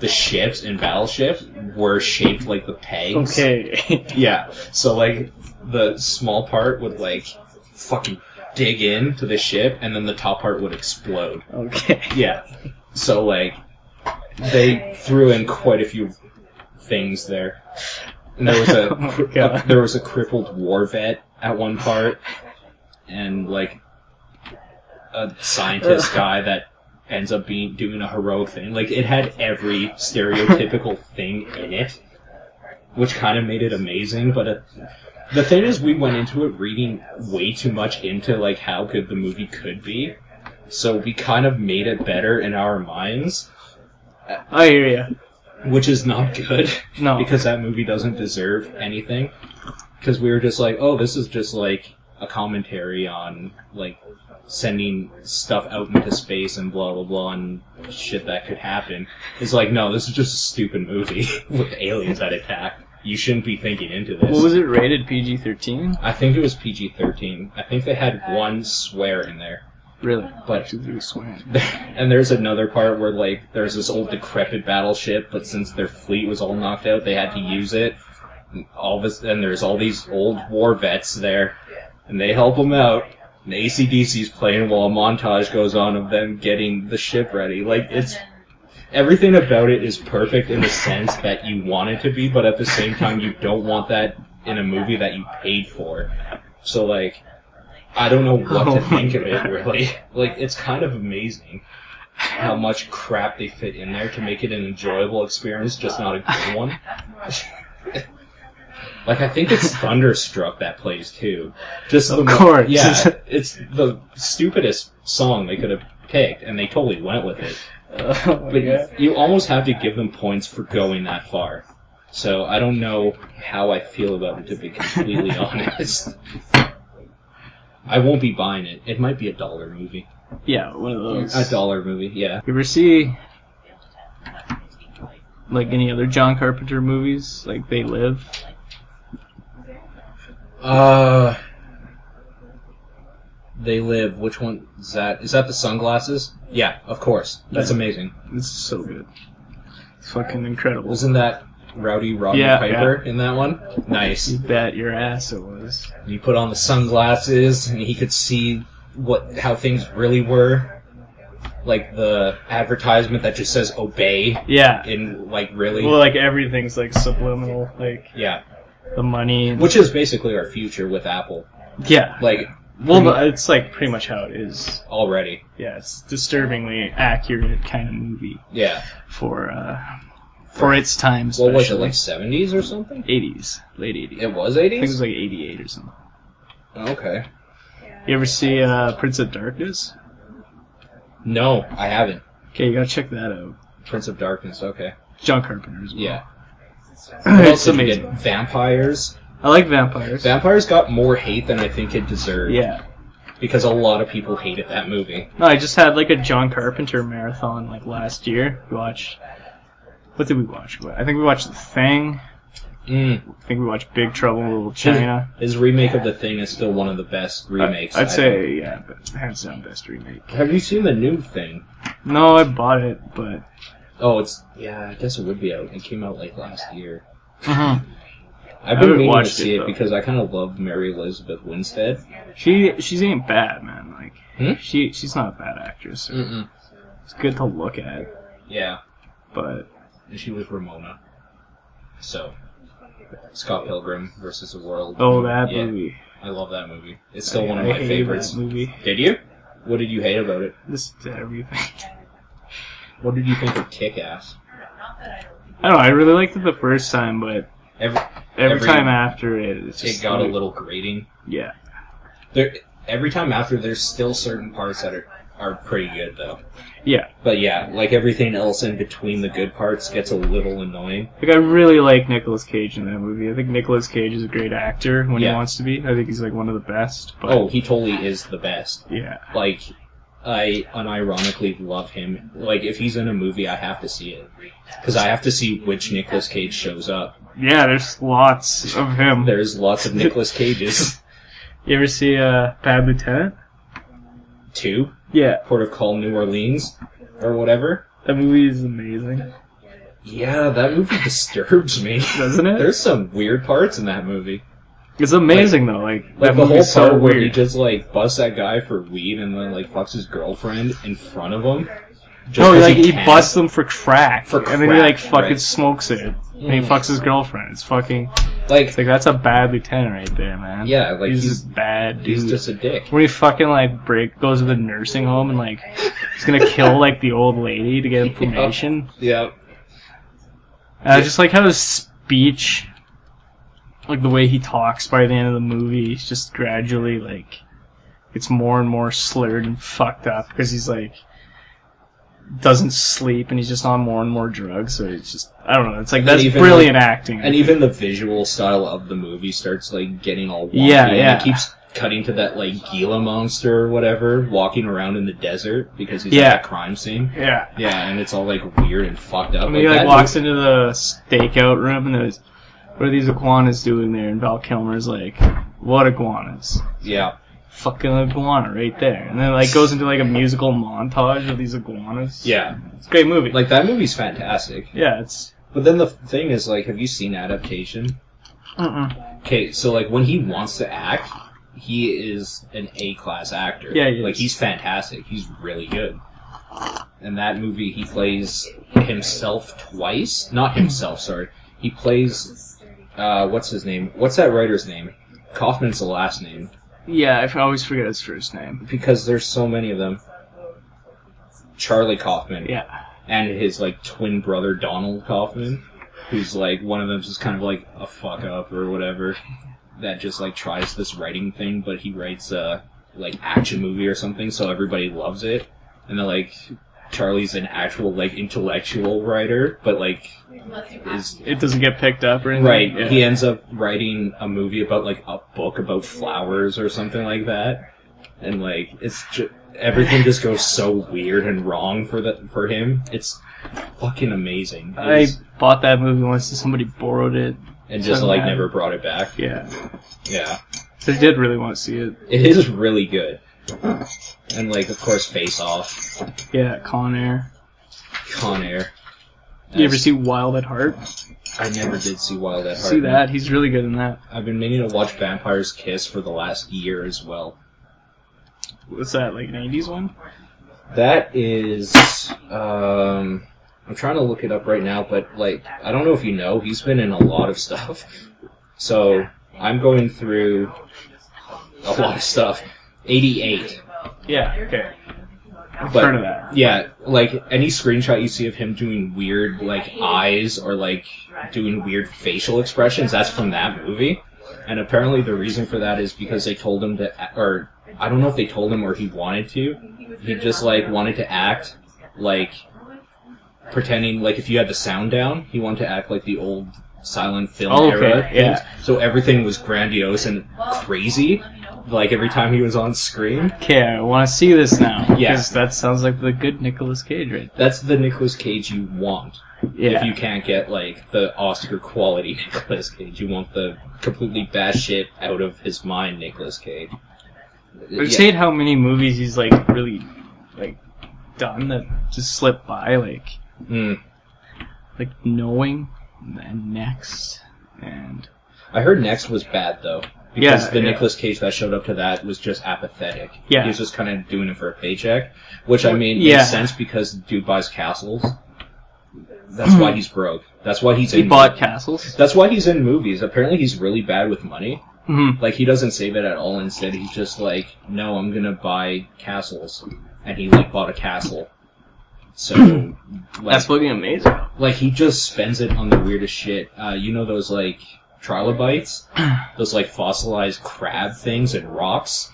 D: the ships in Battleship, were shaped like the pegs.
C: Okay.
D: Yeah. So like the small part would like fucking dig into the ship, and then the top part would explode.
C: okay.
D: Yeah. So like they threw in quite a few things there. And there was a,
C: Oh my
D: cri-
C: God.
D: a- there was a crippled war vet at one part, and like a scientist guy that ends up being doing a heroic thing. Like it had every stereotypical thing in it, which kind of made it amazing. But it, the thing is, we went into it reading way too much into like how good the movie could be, so we kind of made it better in our minds,
C: I hear you.
D: which is not good
C: No.
D: because that movie doesn't deserve anything. Because we were just like, oh, this oh, is just like a commentary on like sending stuff out into space and blah blah blah and shit that could happen. It's like no, this is just a stupid movie with aliens that attack. You shouldn't be thinking into this.
C: What was it rated PG thirteen?
D: I think it was PG thirteen. I think they had one swear in there.
C: Really?
D: But-
C: you swear.
D: and there's another part where like there's this old decrepit battleship, but since their fleet was all knocked out, they had to use it. And All this, and there's all these old war vets there, and they help them out. And ACDC's playing while a montage goes on of them getting the ship ready. Like it's everything about it is perfect in the sense that you want it to be, but at the same time you don't want that in a movie that you paid for. So like, I don't know what
C: Oh
D: to
C: my
D: think of it
C: God.
D: really. Like it's kind of amazing how much crap they fit in there to make it an enjoyable experience, just not a good one. like I think it's Thunderstruck that plays too. Just
C: Of
D: the mo-
C: course.
D: yeah, it's the stupidest song they could have picked, and they totally went with it.
C: Oh,
D: But
C: yeah.
D: you almost have to give them points for going that far. So I don't know how I feel about it to be completely honest. I won't be buying it. It might be a dollar movie.
C: yeah, one of those.
D: A dollar movie, yeah.
C: You ever see like any other John Carpenter movies, like They Live?
D: Uh They Live, which one is that? Is that the sunglasses? Yeah, of course. That's
C: Yeah.
D: amazing.
C: It's so good. It's fucking incredible.
D: Wasn't that Rowdy Roddy
C: Yeah,
D: Piper in that one? Nice.
C: You bet your ass it was.
D: He put on the sunglasses and he could see what how things really were. Like the advertisement that just says obey
C: Yeah.
D: in like really
C: Well, like everything's like subliminal, like
D: Yeah.
C: the money. and-
D: Which is basically our future with Apple.
C: yeah.
D: Like
C: well, no, it's like pretty much how it is.
D: already.
C: Yeah, it's disturbingly accurate kind of movie
D: Yeah.
C: for uh for its time.
D: What
C: Especially.
D: was it, like seventies or something?
C: 80s, late 80s.
D: It was
C: I think it was
D: eighties?
C: like 88 or something.
D: Okay.
C: You ever see uh, Prince of Darkness?
D: No, I haven't.
C: Okay, you gotta check that out.
D: Prince of Darkness, okay.
C: John Carpenter as well.
D: Yeah. What else
C: it's
D: did we get?
C: amazing.
D: Vampires.
C: I like vampires.
D: Vampires got more hate than I think it deserved.
C: yeah.
D: Because a lot of people hated that movie.
C: No, I just had like a John Carpenter marathon like last year. We watched. What did we watch? I think we watched The Thing.
D: Mm.
C: I think we watched Big Trouble in Little China.
D: His remake of The Thing is still one of the best remakes.
C: I'd
D: I think.
C: say yeah, but hands down best remake.
D: Have you seen the new Thing?
C: No, I bought it, but
D: Oh, it's yeah. I guess it would be out. It came out like last year. Mm-hmm. I've
C: I
D: been
C: haven't
D: meaning to
C: watched
D: see
C: it,
D: it,
C: though.
D: because I kind of love Mary Elizabeth Winstead.
C: she she's ain't bad, man. Like
D: Hmm?
C: she she's not a bad actress.
D: Mm-mm.
C: It's good to look at,
D: Yeah,
C: but
D: and she was Ramona. So, Scott Pilgrim versus the World.
C: oh that
D: Yeah,
C: movie.
D: I love that movie. It's still
C: I-
D: one of
C: I
D: my
C: hated
D: favorites.
C: That movie.
D: Did you? What did you hate about it?
C: This everything.
D: What did you think of Kick Ass?
C: I don't know. I really liked it the first time, but
D: Every,
C: every,
D: Every-
C: time after it, it's just
D: it got a
C: like-
D: little grating.
C: Yeah,
D: There, every time after, there's still certain parts that are, are pretty good though.
C: yeah.
D: But yeah, like everything else in between the good parts gets a little annoying.
C: Like I really like Nicolas Cage in that movie. I think Nicolas Cage is a great actor when
D: Yeah.
C: he wants to be. I think he's like one of the best. But
D: Oh, he totally is the best.
C: yeah,
D: Like, I unironically love him. Like, if he's in a movie, I have to see it because I have to see which Nicolas Cage shows up.
C: yeah. There's lots of him.
D: There's lots of Nicolas Cages.
C: You ever see uh, Bad Lieutenant?
D: Two
C: Yeah,
D: Port of Call, New Orleans, or whatever.
C: that movie is amazing,
D: Yeah, that movie disturbs me.
C: doesn't it?
D: There's some weird parts in that movie.
C: it's amazing though. Like,
D: Like
C: that
D: the whole part
C: movie's so
D: where he
C: weird.
D: just like busts that guy for weed and then like fucks his girlfriend in front of him. Just
C: no,
D: 'cause
C: like Oh, he,
D: can.
C: busts them for crack,
D: For
C: and then he like
D: crack,
C: fucking
D: right.
C: smokes it, and he
D: Mm.
C: fucks his girlfriend. It's fucking.
D: Like
C: It's like that's a bad lieutenant right there, man.
D: yeah, like
C: he's,
D: he's
C: just bad dude.
D: he's just a dick.
C: Where he fucking like break goes to the nursing home and like he's gonna kill like the old lady to get information.
D: Yeah.
C: And I just like how his speech, like the way he talks by the end of the movie, is just gradually like it's more and more slurred and fucked up because he's like doesn't sleep and he's just on more and more drugs. So it's just I don't know. It's like
D: And
C: that's
D: even,
C: brilliant acting.
D: And even the visual style of the movie starts like getting all wonky.
C: Yeah,
D: and
C: yeah.
D: It keeps cutting to that like Gila monster or whatever walking around in the desert because he's
C: Yeah.
D: at a crime scene.
C: yeah.
D: Yeah, and it's all like weird and fucked up.
C: I mean, he like
D: that
C: walks into the stakeout room and there's what are these iguanas doing there? And Val Kilmer's like, "What iguanas?
D: movie- yeah,
C: Fucking iguana right there!" And then like goes into like a musical montage of these iguanas.
D: yeah.
C: it's a great movie.
D: Like that movie's fantastic.
C: yeah, it's
D: But then the thing is, like, have you seen adaptation?
C: uh-uh.
D: Okay, so like when he wants to act, he is an A class actor.
C: Yeah, he
D: like
C: is.
D: he's fantastic. He's really good. In that movie, he plays himself twice. Not himself, sorry. He plays uh, what's his name? What's that writer's name? Kaufman's the last name
C: yeah. I f- always forget his first name.
D: because there's so many of them. Charlie Kaufman
C: Yeah,
D: and his like twin brother Donald Kaufman, who's like one of them's just kind of like a fuck up or whatever, that just like tries this writing thing, but he writes a like action movie or something, so everybody loves it, and then like Charlie's an actual like intellectual writer, but like is
C: it doesn't get picked up or anything.
D: right.
C: Yeah.
D: He ends up writing a movie about like a book about flowers or something like that, and like it's just. Everything just goes so weird and wrong for the for him. It's fucking amazing. It
C: I
D: was-
C: bought that movie once and somebody borrowed it.
D: and just
C: so
D: like
C: mad.
D: never brought it back.
C: Yeah,
D: Yeah,
C: so I did really want to see it.
D: it is really good. And like, of course, Face Off,
C: Yeah, Con Air.
D: Con Air.
C: You ever see Wild at Heart?
D: I never did see Wild at Heart.
C: See that? He's really good in that.
D: I've been meaning to watch Vampire's Kiss for the last year as well.
C: What's that, like an 80s one?
D: That is, um, I'm trying to look it up right now, but like, I don't know if you know, he's been in a lot of stuff. So I'm going through a lot of stuff. 88.
C: Yeah, okay. I've
D: But-
C: heard of that.
D: Yeah, like any screenshot you see of him doing weird like eyes or like doing weird facial expressions, that's from that movie. And apparently the reason for that is because they told him to, or I don't know if they told him or he wanted to. He just like wanted to act like pretending like if you had the sound down, he wanted to act like the old silent film
C: Oh, Okay,
D: era.
C: yeah.
D: things. So everything was grandiose and crazy. Like every time he was on screen.
C: Okay, I want to see this now.
D: Yeah.
C: Because that sounds like the good Nicolas Cage right
D: That's the Nicolas Cage you want.
C: there. Yeah.
D: if you can't get like the Oscar quality Nicolas Cage. You want the completely batshit out of his mind Nicolas Cage.
C: I've
D: Yeah.
C: seen how many movies he's, like, really, like, done that just slip by, like,
D: Mm.
C: like Knowing and Next and...
D: I heard Next was bad though.
C: Yeah,
D: Because the
C: yeah.
D: Nicolas Cage that showed up to that was just apathetic.
C: Yeah.
D: He was just kind of doing it for a paycheck, which I mean
C: Yeah.
D: makes sense because dude buys castles. That's why he's broke. That's why he's
C: Hmm. He
D: in
C: bought castles.
D: That's why he's in movies. Apparently he's really bad with money.
C: hmm
D: Like he doesn't save it at all. Instead, he's just like, "No, I'm gonna buy castles," and he like bought a castle. So like,
C: That's fucking amazing.
D: like he just spends it on the weirdest shit. Uh, you know those like trilobites, those like fossilized crab things and rocks.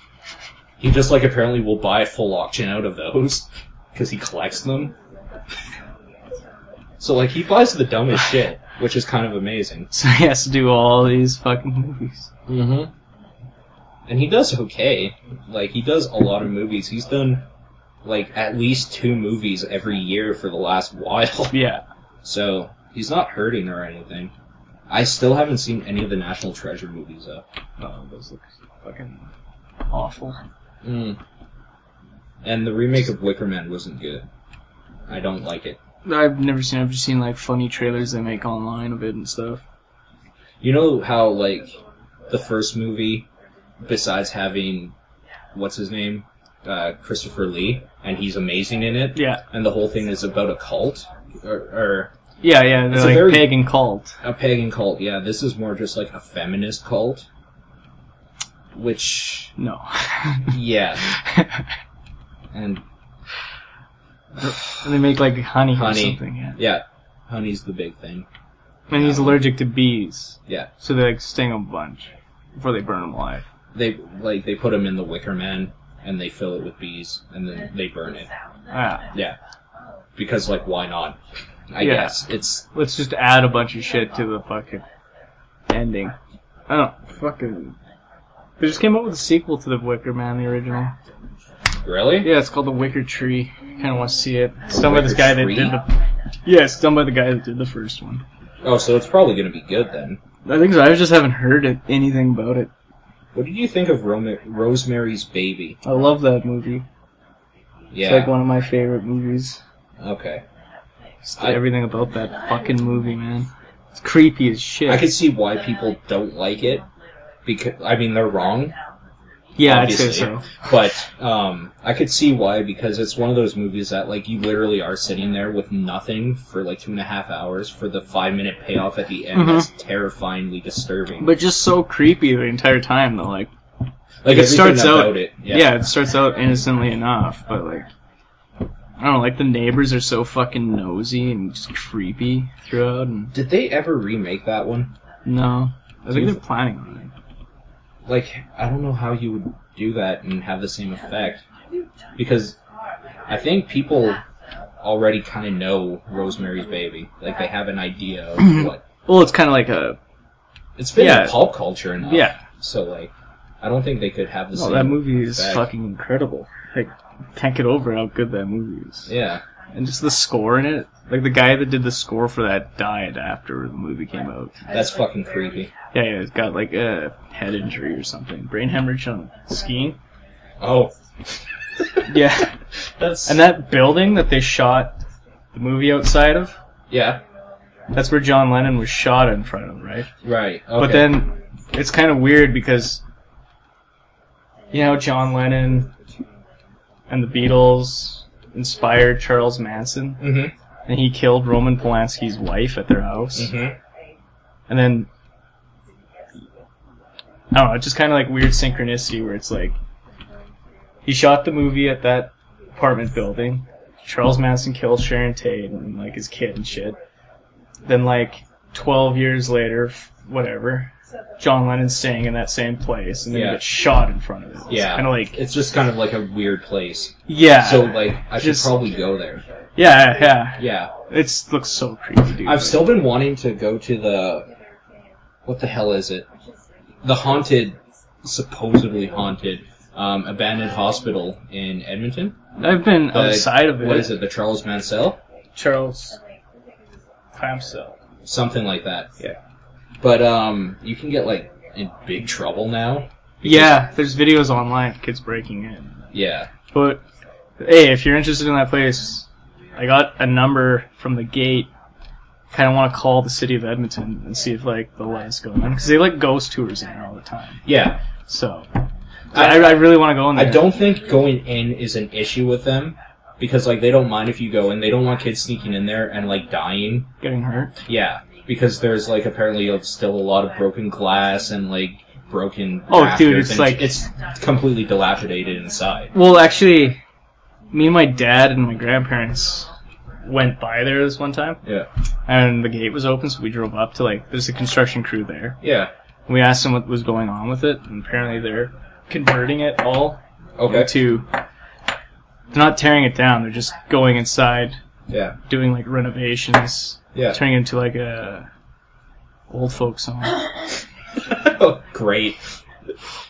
D: He just like apparently will buy a full auction out of those because he collects them. so like he buys the dumbest shit, which is kind of amazing.
C: So he has to do all these fucking movies.
D: Mm-hmm. And he does okay. Like he does a lot of movies. He's done like at least two movies every year for the last while.
C: Yeah.
D: So he's not hurting or anything. I still haven't seen any of the National Treasure movies though.
C: Oh, those look fucking awful.
D: Mm. And the remake of Wicker Man wasn't good. I don't like it.
C: I've never seen. I've just seen like funny trailers they make online of it and stuff.
D: You know how like the first movie, besides having what's his name, uh, Christopher Lee, and he's amazing in it.
C: Yeah,
D: and the whole thing is about a cult or, or
C: yeah, yeah. They're
D: It's a
C: like
D: very-
C: pagan cult.
D: a pagan cult. Yeah, this is more just like a feminist cult, which
C: No.
D: yeah, and
C: and they make like honey,
D: Honey.
C: or something. Yeah.
D: yeah, honey's the big thing.
C: And he's allergic to bees,
D: Yeah,
C: so they like sting him a bunch before they burn him alive.
D: they like they put him in the Wicker Man and they fill it with bees and then they burn it.
C: Ah,
D: Yeah, because like why not? I
C: Yeah.
D: guess it's
C: Let's just add a bunch of shit to the fucking ending. I don't know, fucking. They just came up with a sequel to The Wicker Man, the original.
D: really
C: Yeah, it's called The Wicker Tree. Kind of want to see it. It's done by this
D: Wicker
C: guy that
D: Tree?
C: did the. Yeah, it's done by the guy that did the first one.
D: oh so it's probably gonna be good then.
C: I think so. I just haven't heard it, anything about it.
D: What did you think of Roma- Rosemary's Baby?
C: I love that movie.
D: Yeah.
C: It's like one of my favorite movies.
D: okay.
C: Just
D: I-
C: everything about that fucking movie, man. It's creepy as shit.
D: I can see why people don't like it because I mean they're wrong,
C: yeah, I'd say
D: obviously.
C: so.
D: but um, I could see why because it's one of those movies that like you literally are sitting there with nothing for like two and a half hours for the five minute payoff at the end
C: Mhm.
D: that's terrifyingly disturbing.
C: But just so creepy the entire time, though. Like,
D: like
C: it
D: everything
C: starts
D: about
C: out-
D: it,
C: yeah. it starts out innocently enough, but like, I don't know, like the neighbors are so fucking nosy and just creepy throughout. And
D: Did they ever remake that one?
C: no, I think they're planning on
D: Like I don't know how you would do that and have the same effect because I think people already kind of know Rosemary's Baby. Like they have an idea of what
C: it. Well, it's kind of like a
D: It's been
C: Yeah.
D: in pop culture enough.
C: yeah.
D: So like, I don't think they could have the
C: No,
D: same.
C: that movie Oh, is
D: effect.
C: fucking incredible. Like, can't get over how good that movie is.
D: Yeah.
C: And just the score in it. Like the guy that did the score for that died after the movie came out.
D: That's fucking creepy.
C: Yeah, yeah, he's got like a head injury or something, brain hemorrhage on skiing.
D: Oh.
C: Yeah.
D: That's.
C: And that building that they shot the movie outside of,
D: Yeah.
C: that's where John Lennon was shot in front of, right?
D: Right. Okay.
C: But then it's kind of weird because you know John Lennon and the Beatles inspired Charles Manson,
D: Mm-hmm.
C: and he killed Roman Polanski's wife at their house,
D: Mm-hmm.
C: and then I don't know, it's just kind of like weird synchronicity where it's like he shot the movie at that apartment building. Charles Manson kills Sharon Tate and like his kid and shit. Then like 12 years later, f- whatever, John Lennon's staying in that same place and then
D: Yeah.
C: he gets shot in front of it.
D: Yeah.
C: Kind of like
D: It's just kind of like a weird place.
C: yeah.
D: So like, I should
C: Just-
D: probably go there.
C: yeah, yeah.
D: Yeah.
C: It's looks so creepy, dude.
D: I've still been wanting to go to the. What the hell is it? The haunted, supposedly haunted, um, abandoned hospital in Edmonton.
C: I've been
D: The-
C: outside of it.
D: What is it? The Charles Mansell?
C: Charles Clamsell.
D: Something like that.
C: Yeah.
D: But um, you can get like in big trouble now.
C: Yeah, there's videos online of kids breaking in.
D: Yeah.
C: But hey, if you're interested in that place, I got a number from the gate. Kind of want to call the city of Edmonton and see if like they'll let us go in because they let ghost tours in there all the time.
D: Yeah.
C: So I,
D: I,
C: I really want to go in
D: I
C: there.
D: don't think going in is an issue with them because like they don't mind if you go in. They don't want kids sneaking in there and like dying.
C: getting hurt.
D: Yeah. Because there's like apparently uh, still a lot of broken glass and like broken.
C: Oh, dude, it's
D: rafters, and
C: like-
D: it's completely dilapidated inside.
C: Well, actually, me and my dad and my grandparents went by there this one time,
D: Yeah.
C: and the gate was open, so we drove up to like there's a construction crew there.
D: Yeah.
C: We asked them what was going on with it, and apparently they're converting it all
D: Okay.
C: into. They're not tearing it down. They're just going inside,
D: Yeah.
C: doing like renovations,
D: Yeah.
C: turning it into like a old folks home.
D: oh, great.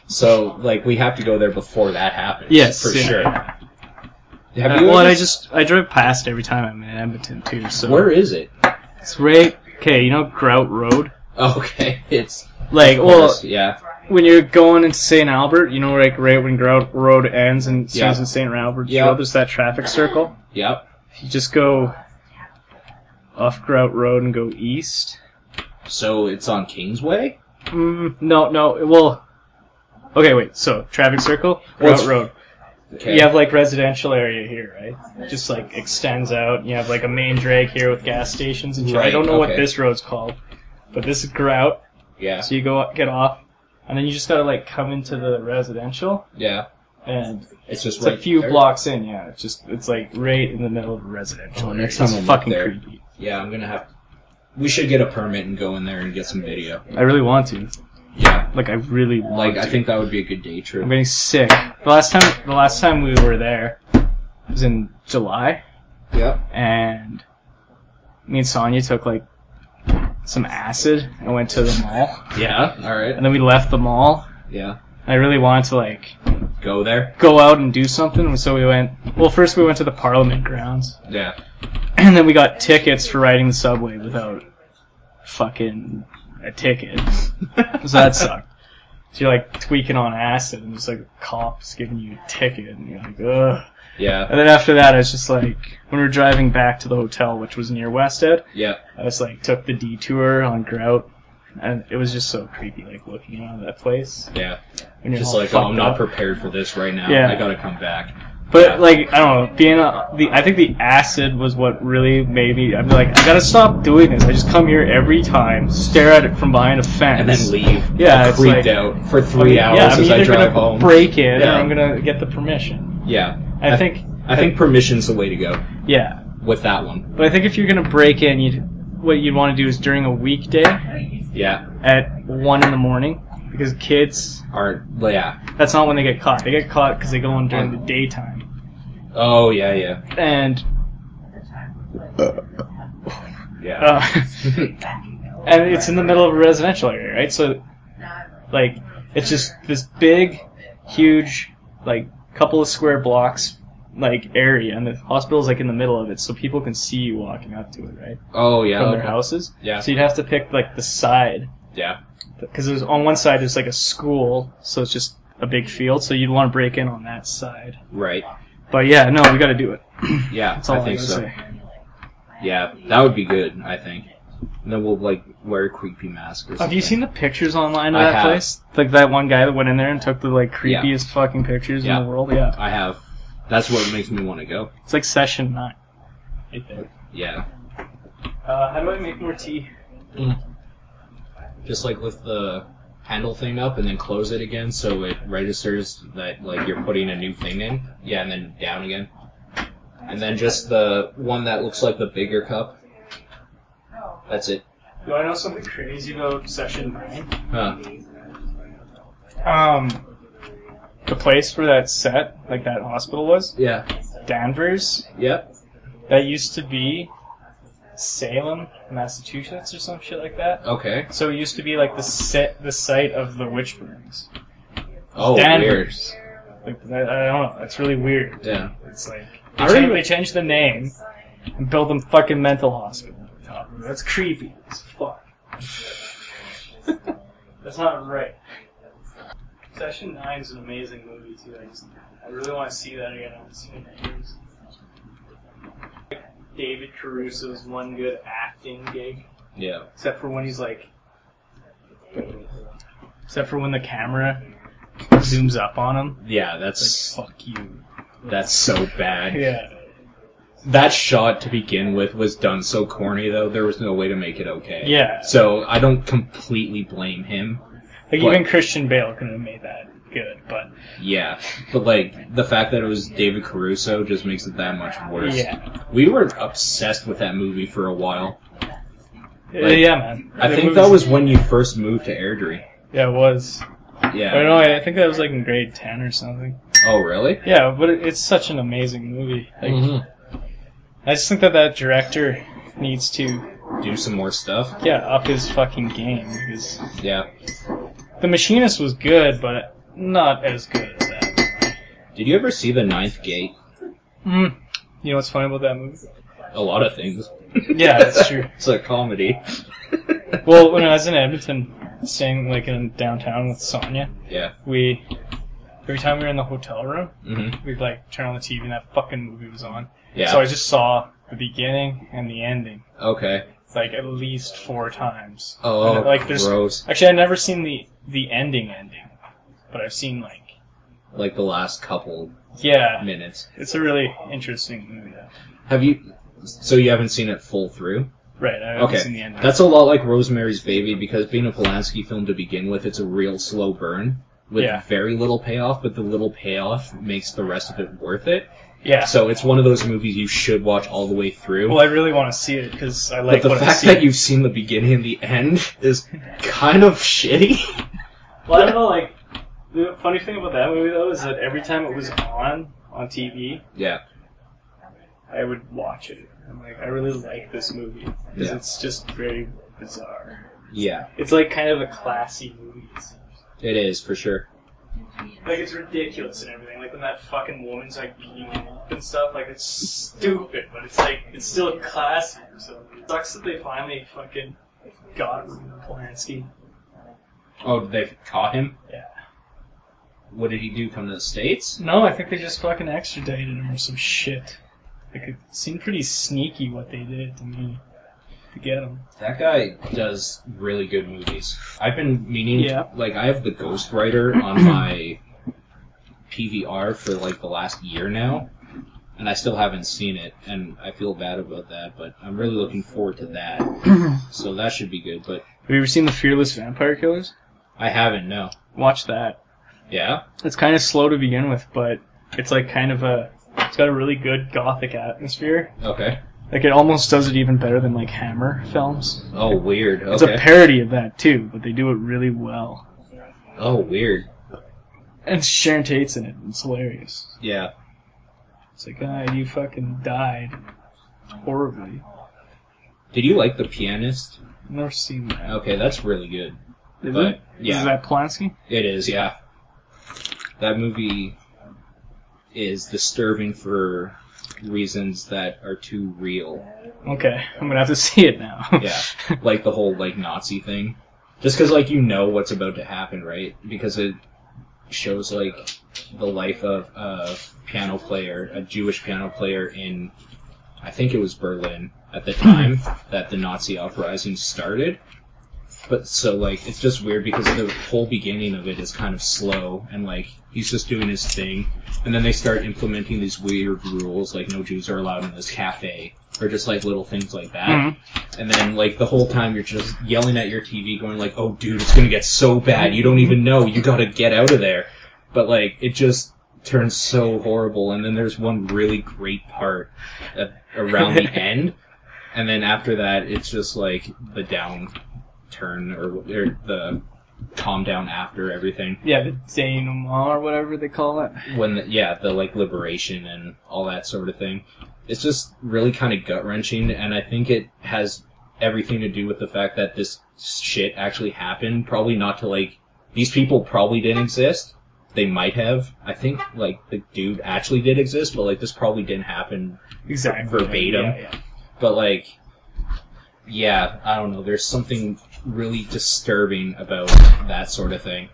D: So, like, we have to go there before that happens.
C: Yes,
D: for
C: yeah.
D: sure. Have
C: Uh,
D: you
C: well,
D: ever-
C: and I just I drive past every time I'm in Edmonton too. So
D: Where is it?
C: it's right. Okay, you know Grout Road.
D: Okay, it's
C: Like,
D: of
C: well,
D: course, yeah,
C: when you're going into St. Albert, you know, like right when Grout Road ends and
D: Yeah.
C: turns in St. Albert
D: Yeah.
C: Road, there's that traffic circle.
D: yep.
C: You just go off Grout Road and go east.
D: So it's on Kingsway.
C: Mm, no, no. Well, okay, wait. So traffic circle,
D: Well,
C: Grout
D: it's-
C: Road.
D: Okay.
C: You have like residential area here, right? Just like extends out. You have like a main drag here with gas stations and shit. I
D: Right,
C: don't know what
D: okay.
C: this road's called, but this is Grout.
D: Yeah,
C: So you go get off, and then you just gotta like come into the residential,
D: yeah.
C: and
D: It's just
C: it's
D: right
C: a few
D: there.
C: blocks in. Yeah, it's just it's like right in the middle of residential.
D: Oh, next
C: area.
D: time
C: it's
D: I'm up
C: fucking
D: there.
C: creepy.
D: Yeah, I'm gonna have. We should get a permit and go in there and get some video.
C: I really want to.
D: Yeah,
C: Like I really want
D: like
C: to.
D: I think that would be a good day
C: I'm
D: trip.
C: getting sick. The last time, the last time we were there was in July,
D: Yep.
C: and me and Sonya took like some acid and went to the mall.
D: Yeah. All
C: And
D: right.
C: then we left the mall.
D: Yeah.
C: I really wanted to like
D: Go there.
C: go out and do something, so we went. Well, first we went to the Parliament grounds,
D: Yeah.
C: and then we got tickets for riding the subway without fucking a ticket. So that sucked. So you're like tweaking on acid, and there's like a cop's giving you a ticket, and you're like, ugh.
D: Yeah.
C: And then after that, I was just like, when we were driving back to the hotel, which was near Westhead,
D: Yeah.
C: I was like took the detour on grout, and it was just so creepy, like looking out of that place.
D: Yeah.
C: When you're
D: Just
C: all
D: like, oh,
C: fucked
D: I'm not
C: up.
D: prepared for this right now.
C: Yeah.
D: I gotta come back.
C: But like I don't know, being a, the I think the acid was what really made me. I'm like I gotta stop doing this. I just come here every time, stare at it from behind a fence,
D: And then leave.
C: Yeah, it's
D: Creeped
C: like-
D: out for
C: I mean,
D: three hours
C: yeah, I'm
D: as I
C: either
D: drive
C: gonna
D: home.
C: break it
D: Yeah.
C: or I'm gonna get the permission.
D: Yeah.
C: I think
D: I think permission's the way to go
C: yeah,
D: with that one.
C: but I think if you're gonna break in, you would what you'd want to do is during a weekday
D: Yeah.
C: at one in the morning because kids
D: Or yeah.
C: That's not when they get caught. They get caught because they go in during the daytime.
D: Oh yeah yeah
C: And
D: yeah.
C: uh, and it's in the middle of a residential area, right? So like it's just this big, huge, like couple of square blocks like area, and the hospital's like in the middle of it, so people can see you walking up to it, right,
D: oh yeah.
C: from their
D: okay.
C: houses.
D: Yeah.
C: So you'd have to pick like the side
D: Yeah.
C: because there's on one side there's like a school, so it's just a big field. So you'd want to break in on that side.
D: Right.
C: But yeah, no, we got to do it.
D: Yeah.
C: That's all
D: I think
C: gotta
D: so.
C: say.
D: Yeah, that would be good. I think. And then we'll like wear a creepy mask or something.
C: Have you seen the pictures online of
D: I
C: that
D: have.
C: place? Like that one guy that went in there and took the like
D: Yeah.
C: creepiest fucking pictures
D: Yeah.
C: in the world. Yeah,
D: I have. That's what makes me want to go.
C: it's like session nine. Right there.
D: Yeah.
C: Uh, how do I make more tea?
D: Just like lift the handle thing up and then close it again so it registers that like you're putting a new thing in. Yeah, and then down again. And then just the one that looks like the bigger cup. That's it.
C: Do I know something crazy about session nine?
D: Huh.
C: Um, the place where that set, like that hospital was,
D: Yeah.
C: Danvers.
D: Yep.
C: That used to be Salem, Massachusetts, or some shit like that.
D: Okay.
C: So it used to be like the set, the site of the witch burns.
D: Oh,
C: Danvers. Like I, I don't know. It's really weird.
D: weird. Yeah.
C: It's like they,
D: I
C: changed,
D: remember-
C: they changed the name and built them fucking mental hospital. on top of it. That's creepy as fuck. That's not right. Session Nine is an amazing movie too. I just I really want to see that again. I haven't seen it in years. David Caruso's one good acting gig,
D: Yeah.
C: except for when he's like, except for when the camera zooms up on him.
D: Yeah.
C: It's
D: That's
C: like fuck you.
D: that's so bad.
C: Yeah.
D: That shot to begin with was done so corny though, there was no way to make it okay.
C: Yeah.
D: So I don't completely blame him.
C: Like
D: But-
C: even Christian Bale could have made that good, but
D: Yeah. But like the fact that it was David Caruso just makes it that much worse.
C: yeah,
D: We were obsessed with that movie for a while.
C: Uh, yeah, man.
D: I
C: The
D: think
C: movie's-
D: that was when you first moved to Airdrie.
C: yeah, it was. I don't
D: Yeah.
C: know. I think that was like in grade ten or something.
D: Oh really?
C: Yeah, but it, it's such an amazing movie. Like, I just think that that director needs to
D: Do some more stuff.
C: yeah up his fucking game because
D: Yeah.
C: The Machinist was good, but not as good as that.
D: Did you ever see The Ninth Gate?
C: Mm. You know what's funny about that movie?
D: A lot of things.
C: Yeah, that's true.
D: it's a comedy.
C: Well, when I was in Edmonton, staying like in downtown with Sonia,
D: Yeah.
C: we every time we were in the hotel room.
D: hmm
C: we'd like turn on the TV and that fucking movie was on.
D: Yeah.
C: So I just saw the beginning and the ending
D: okay.
C: like at least four times.
D: Oh,
C: And, like there's
D: gross.
C: actually I've never seen the the ending ending, but I've seen like
D: Like the last couple
C: yeah,
D: minutes.
C: it's a really interesting movie. Though.
D: Have you? So you haven't seen it full through?
C: Right, I haven't seen the
D: Okay,
C: ending.
D: that's a lot like Rosemary's Baby because being a Polanski film to begin with, it's a real slow burn with
C: Yeah.
D: very little payoff, but the little payoff makes the rest of it worth it.
C: yeah.
D: So it's one of those movies you should watch all the way through.
C: well, I really want to see it because I like
D: but the
C: what I
D: fact
C: see.
D: that you've seen the beginning and the end is kind of shitty.
C: well, I don't know. Like the funny thing about that movie though is that every time it was on on TV,
D: Yeah.
C: I would watch it. I'm like, I really like this movie because
D: Yeah.
C: it's just very bizarre.
D: Yeah,
C: It's like kind of a classy movie. it seems.
D: it is for sure.
C: Like it's ridiculous and everything. Like when that fucking woman's like beating him up and stuff. Like it's stupid, but it's like it's still classy. So it sucks that they finally fucking got Polanski.
D: Oh, they caught him.
C: Yeah.
D: What did he do? Come to the states?
C: No, I think they just fucking extradited him or some shit. Like it seemed pretty sneaky what they did to me to get him.
D: That guy does really good movies. I've been meaning,
C: Yeah.
D: like, I have the Ghostwriter on my PVR for like the last year now, and I still haven't seen it, and I feel bad about that. But I'm really looking forward to that, so that should be good. But
C: Have you ever seen the Fearless Vampire Killers?
D: I haven't. No.
C: Watch that.
D: Yeah.
C: It's kind of slow to begin with, but it's like kind of a. It's got a really good gothic atmosphere.
D: Okay.
C: Like it almost does it even better than like Hammer films.
D: Oh, weird.
C: It's
D: Okay.
C: a parody of that too, but they do it really well.
D: oh, weird.
C: And Sharon Tate's in it. It's hilarious.
D: Yeah.
C: It's like, ah, you fucking died horribly.
D: Did you like The Pianist?
C: I've never seen that.
D: Okay, that's really good.
C: Is
D: But,
C: it?
D: yeah.
C: Is that Polanski?
D: It is, yeah. That movie is disturbing for reasons that are too real.
C: Okay, I'm gonna have to see it now.
D: Yeah. like the whole like Nazi thing. Just cuz like you know what's about to happen, right? Because it shows like the life of a piano player, a Jewish piano player in I think it was Berlin at the time that the Nazi uprising started. But so like it's just weird because the whole beginning of it is kind of slow and like he's just doing his thing and then they start implementing these weird rules like no Jews are allowed in this cafe or just like little things like that.
C: Mhm.
D: And then like the whole time you're just yelling at your TV going like, "Oh dude, it's going to get so bad. You don't even know. You got to get out of there." But like it just turns so horrible and then there's one really great part at, around the end. And then after that it's just like the downturn or, or the calm down after everything.
C: yeah, the denouement or whatever they call it.
D: When the, yeah, the like liberation and all that sort of thing. It's just really kind of gut wrenching and I think it has everything to do with the fact that this shit actually happened. Probably not to like these people probably didn't exist. They might have. I think like the dude actually did exist, but like this probably didn't happen.
C: Exactly.
D: Verbatim.
C: Yeah, yeah.
D: But like, yeah, I don't know. There's something really disturbing about that sort of thing.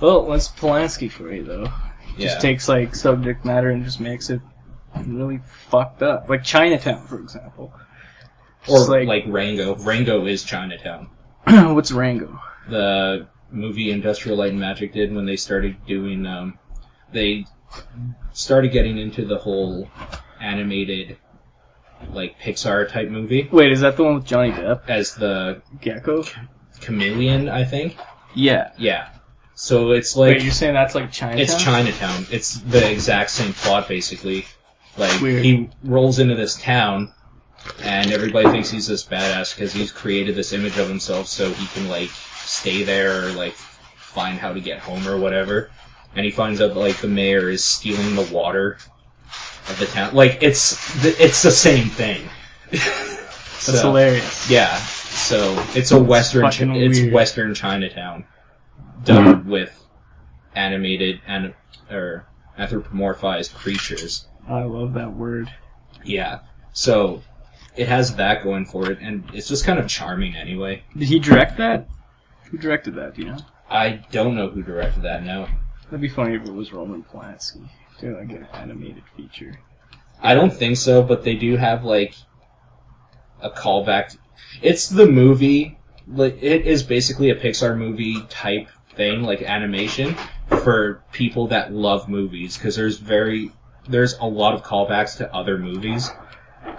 C: Well, that's Polanski for you though.
D: Yeah.
C: Just takes like subject matter and just makes it really fucked up. Like Chinatown, for example.
D: or
C: Just
D: like,
C: like-
D: Rango. Rango is Chinatown.
C: What's Rango?
D: The movie Industrial Light and Magic did when they started doing, um, they started getting into the whole animated, like Pixar type movie
C: Wait, is that the one with Johnny Depp?
D: as the
C: Gecko?
D: chameleon, I think.
C: Yeah.
D: Yeah. So it's like
C: Wait, you're saying that's like Chinatown?
D: It's Chinatown. It's the exact same plot, basically. Like
C: Weird.
D: he rolls into this town, and everybody thinks he's this badass because he's created this image of himself, so he can like stay there or like find how to get home or whatever. And he finds out like the mayor is stealing the water of the town. Like it's th- it's the same thing.
C: That's
D: So,
C: hilarious.
D: Yeah. So it's a western. Chi-
C: fucking
D: it's
C: weird.
D: western Chinatown, done with animated and or anthropomorphized creatures.
C: I love that word.
D: Yeah. So it has that going for it, and it's just kind of charming anyway.
C: Did he direct that? Who directed that, do you know?
D: I don't know who directed that. No,
C: That'd be funny if it was Roman Polanski. Doing like an animated feature.
D: I don't think so. But they do have like a callback. It's the movie. Like it is basically a Pixar movie type thing, like animation for people that love movies, because there's very there's a lot of callbacks to other movies.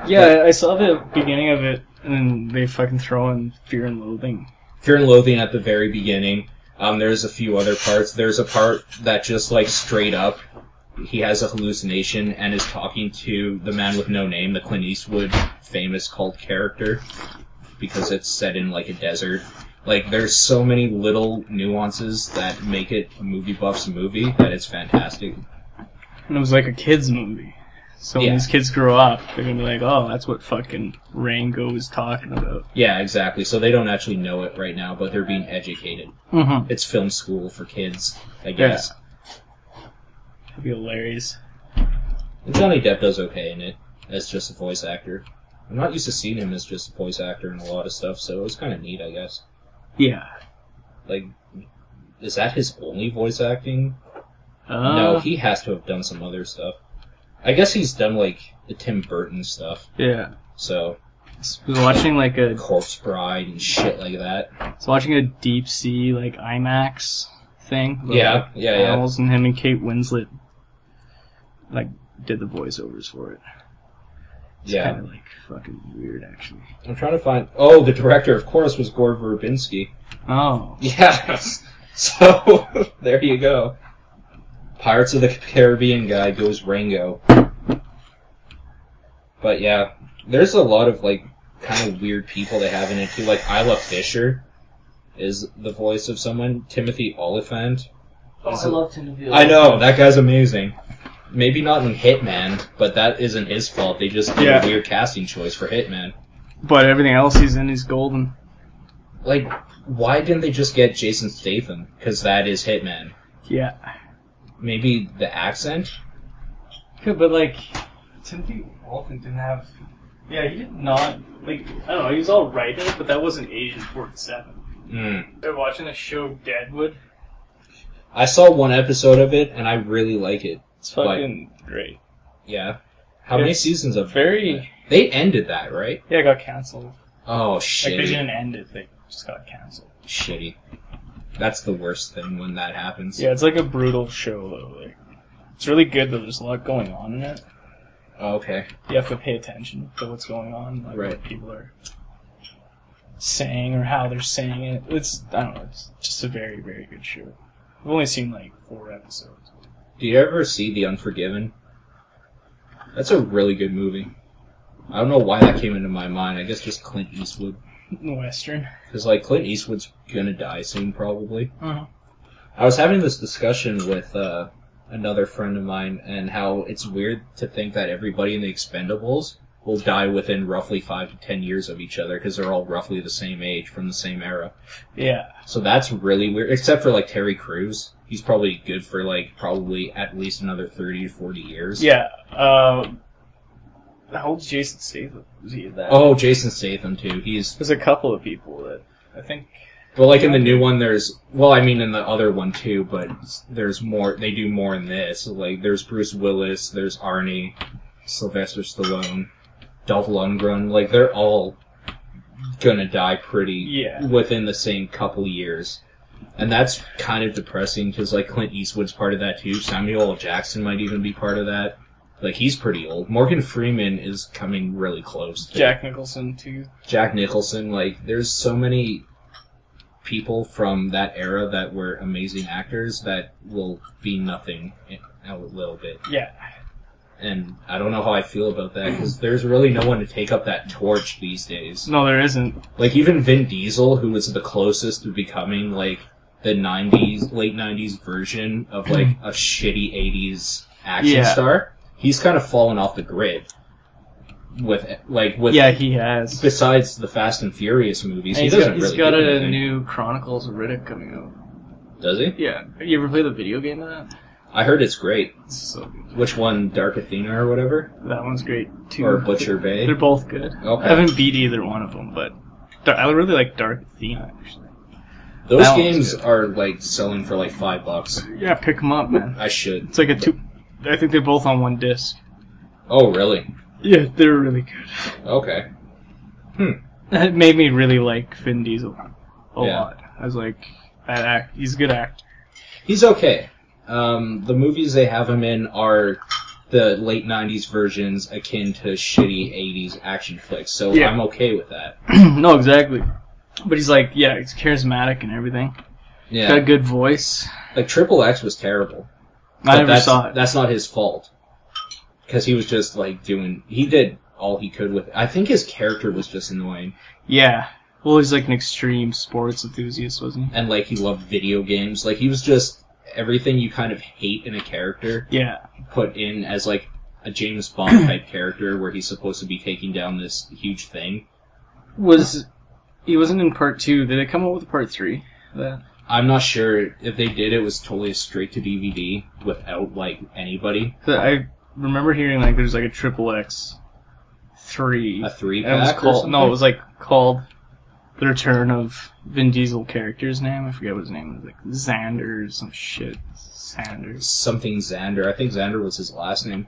C: Yeah, I saw the beginning of it, and they fucking throw in Fear and Loathing.
D: Fear and Loathing at the very beginning. Um, there's a few other parts. There's a part that just like straight up, he has a hallucination and is talking to the man with no name, the Clint Eastwood famous cult character, because it's set in like a desert. Like there's so many little nuances that make it a movie buff's movie that it's fantastic.
C: And it was like a kids' movie. So when
D: Yeah.
C: these kids grow up, they're gonna be like, oh, that's what fucking Rango was talking about.
D: Yeah, exactly. So they don't actually know it right now, but they're being educated.
C: Mm-hmm.
D: It's film school for kids, I guess.
C: It'd be hilarious.
D: And Johnny Depp does okay in it as just a voice actor. I'm not used to seeing him as just a voice actor in a lot of stuff, so it was kind of neat, I guess.
C: Yeah.
D: Like, is that his only voice acting?
C: Uh,
D: no, he has to have done some other stuff. I guess he's done like the Tim Burton stuff,
C: Yeah.
D: so
C: I was watching like a
D: Corpse Bride and shit like that.
C: I was watching a deep sea like IMAX thing. about,
D: Yeah,
C: like,
D: yeah, yeah.
C: animals, and him and Kate Winslet like did the voiceovers for it. It's
D: Yeah,
C: Kind of like fucking weird, actually.
D: I'm trying to find. Oh, the director, of course, was Gore Verbinski.
C: Oh.
D: Yes. So there you go. Pirates of the Caribbean guy goes Rango. But yeah, there's a lot of like kind of weird people they have in it too. Like Isla Fisher is the voice of someone. Timothy Oliphant.
F: Oh, I love Timothy.
D: I know that guy's amazing. Maybe not in Hitman, but that isn't his fault. They just did
C: Yeah.
D: a weird casting choice for Hitman.
C: But everything else he's in is golden.
D: Like, why didn't they just get Jason Statham? Because that is Hitman.
C: Yeah.
D: maybe the accent.
F: Yeah, but like Timothy Walton didn't have.
C: Yeah, he did not like. I don't know. He was all right in it, but that wasn't Asian Forty-seven.
D: Mm.
C: They're watching the show Deadwood.
D: I saw one episode of it and I really like it.
C: It's fucking great.
D: Yeah. How many
C: It's
D: seasons of
C: Very.
D: They ended that, right?
C: Yeah, it got canceled.
D: Oh
C: Like they
D: shitty,
C: didn't end it. They just got canceled.
D: shitty. That's the worst thing when that happens.
C: Yeah, it's like a brutal show though. Like, it's really good though. There's a lot going on in it.
D: Oh, Okay.
C: You have to pay attention to what's going on, like
D: Right.
C: what people are saying or how they're saying it. It's I don't know. It's just a very very good show. I've only seen like four episodes.
D: Do you ever see The Unforgiven? That's a really good movie. I don't know why that came into my mind. I guess just Clint Eastwood.
C: Western.
D: Because, like, Clint Eastwood's gonna die soon, probably.
C: Uh-huh.
D: I was having this discussion with uh, another friend of mine, and how it's weird to think that everybody in the Expendables will die within roughly five to ten years of each other because they're all roughly the same age from the same era.
C: Yeah.
D: So that's really weird, except for like Terry Crews. He's probably good for like probably at least another thirty to forty years.
C: Yeah. Uh, how old's Jason Statham? Was he that?
D: Oh, Jason Statham too. He's
C: There's a couple of people that I think.
D: well, like in the new one, there's well, I mean in the other one too, but there's more. They do more in this. Like there's Bruce Willis, there's Arnie, Sylvester Stallone, Dolph Lundgren. Like they're all gonna die pretty
C: Yeah.
D: within the same couple years, and that's kind of depressing because like Clint Eastwood's part of that too. Samuel L. Jackson might even be part of that. Like he's pretty old. Morgan Freeman is coming really close. to-
C: Jack Nicholson too.
D: Jack Nicholson, like there's so many people from that era that were amazing actors that will be nothing in a little bit.
C: Yeah.
D: And I don't know how I feel about that because there's really no one to take up that torch these days.
C: No, there isn't.
D: Like even Vin Diesel, who was the closest to becoming like the '90s, late '90s version of like a shitty '80s action
C: Yeah.
D: star, he's kind of fallen off the grid. With like with
C: Yeah, he has.
D: besides the Fast and Furious movies,
C: And
D: he
C: he's
D: doesn't
C: got, he's
D: really
C: got
D: do
C: a
D: anything.
C: new Chronicles of Riddick coming out.
D: Does he?
C: Yeah. You ever play the video game of that?
D: I heard it's great.
C: It's so good.
D: Which one, Dark Athena or whatever,
C: That one's great too.
D: or Butcher Bay?
C: They're both good.
D: Okay.
C: I haven't beat either one of them, but Dar- I really like Dark Athena actually.
D: Those
C: that one's
D: games
C: good.
D: are like selling for like five bucks.
C: Yeah, pick them up, man.
D: I should.
C: It's like a two. I think they're both on one disc.
D: Oh, really?
C: Yeah, they're really good.
D: Okay.
C: It made me really like Finn Diesel a
D: Yeah.
C: lot. I was like, that act. He's a good actor.
D: He's okay. Um, the movies they have him in are the late '90s versions akin to shitty '80s action flicks, so
C: Yeah.
D: I'm okay with that.
C: no, exactly. But he's like, yeah, he's charismatic and everything. Got a
D: Yeah,
C: good voice.
D: like Triple X was terrible.
C: I
D: But
C: never
D: that's,
C: saw it.
D: That's not his fault. Because he was just like doing. He did all he could with. I think his character was just annoying,
C: Yeah. Well, he's like an extreme sports enthusiast, wasn't
D: and like he loved video games. Like he was just everything you kind of hate in a character
C: he? Yeah.
D: put in as like a James Bond type character where he's supposed to be taking down this huge thing.
C: Was he wasn't in part two? Did they come out with a part three? That
D: I'm not sure if they did. It was totally straight to DVD without like anybody.
C: 'cause I remember hearing like there's like a triple X three.
D: A three
C: And it was
D: pack.
C: called no, it was like called the return of Vin Diesel character's name. I forget what his name was like Xander or some shit. Sanders.
D: something Xander. I think Xander was his last name.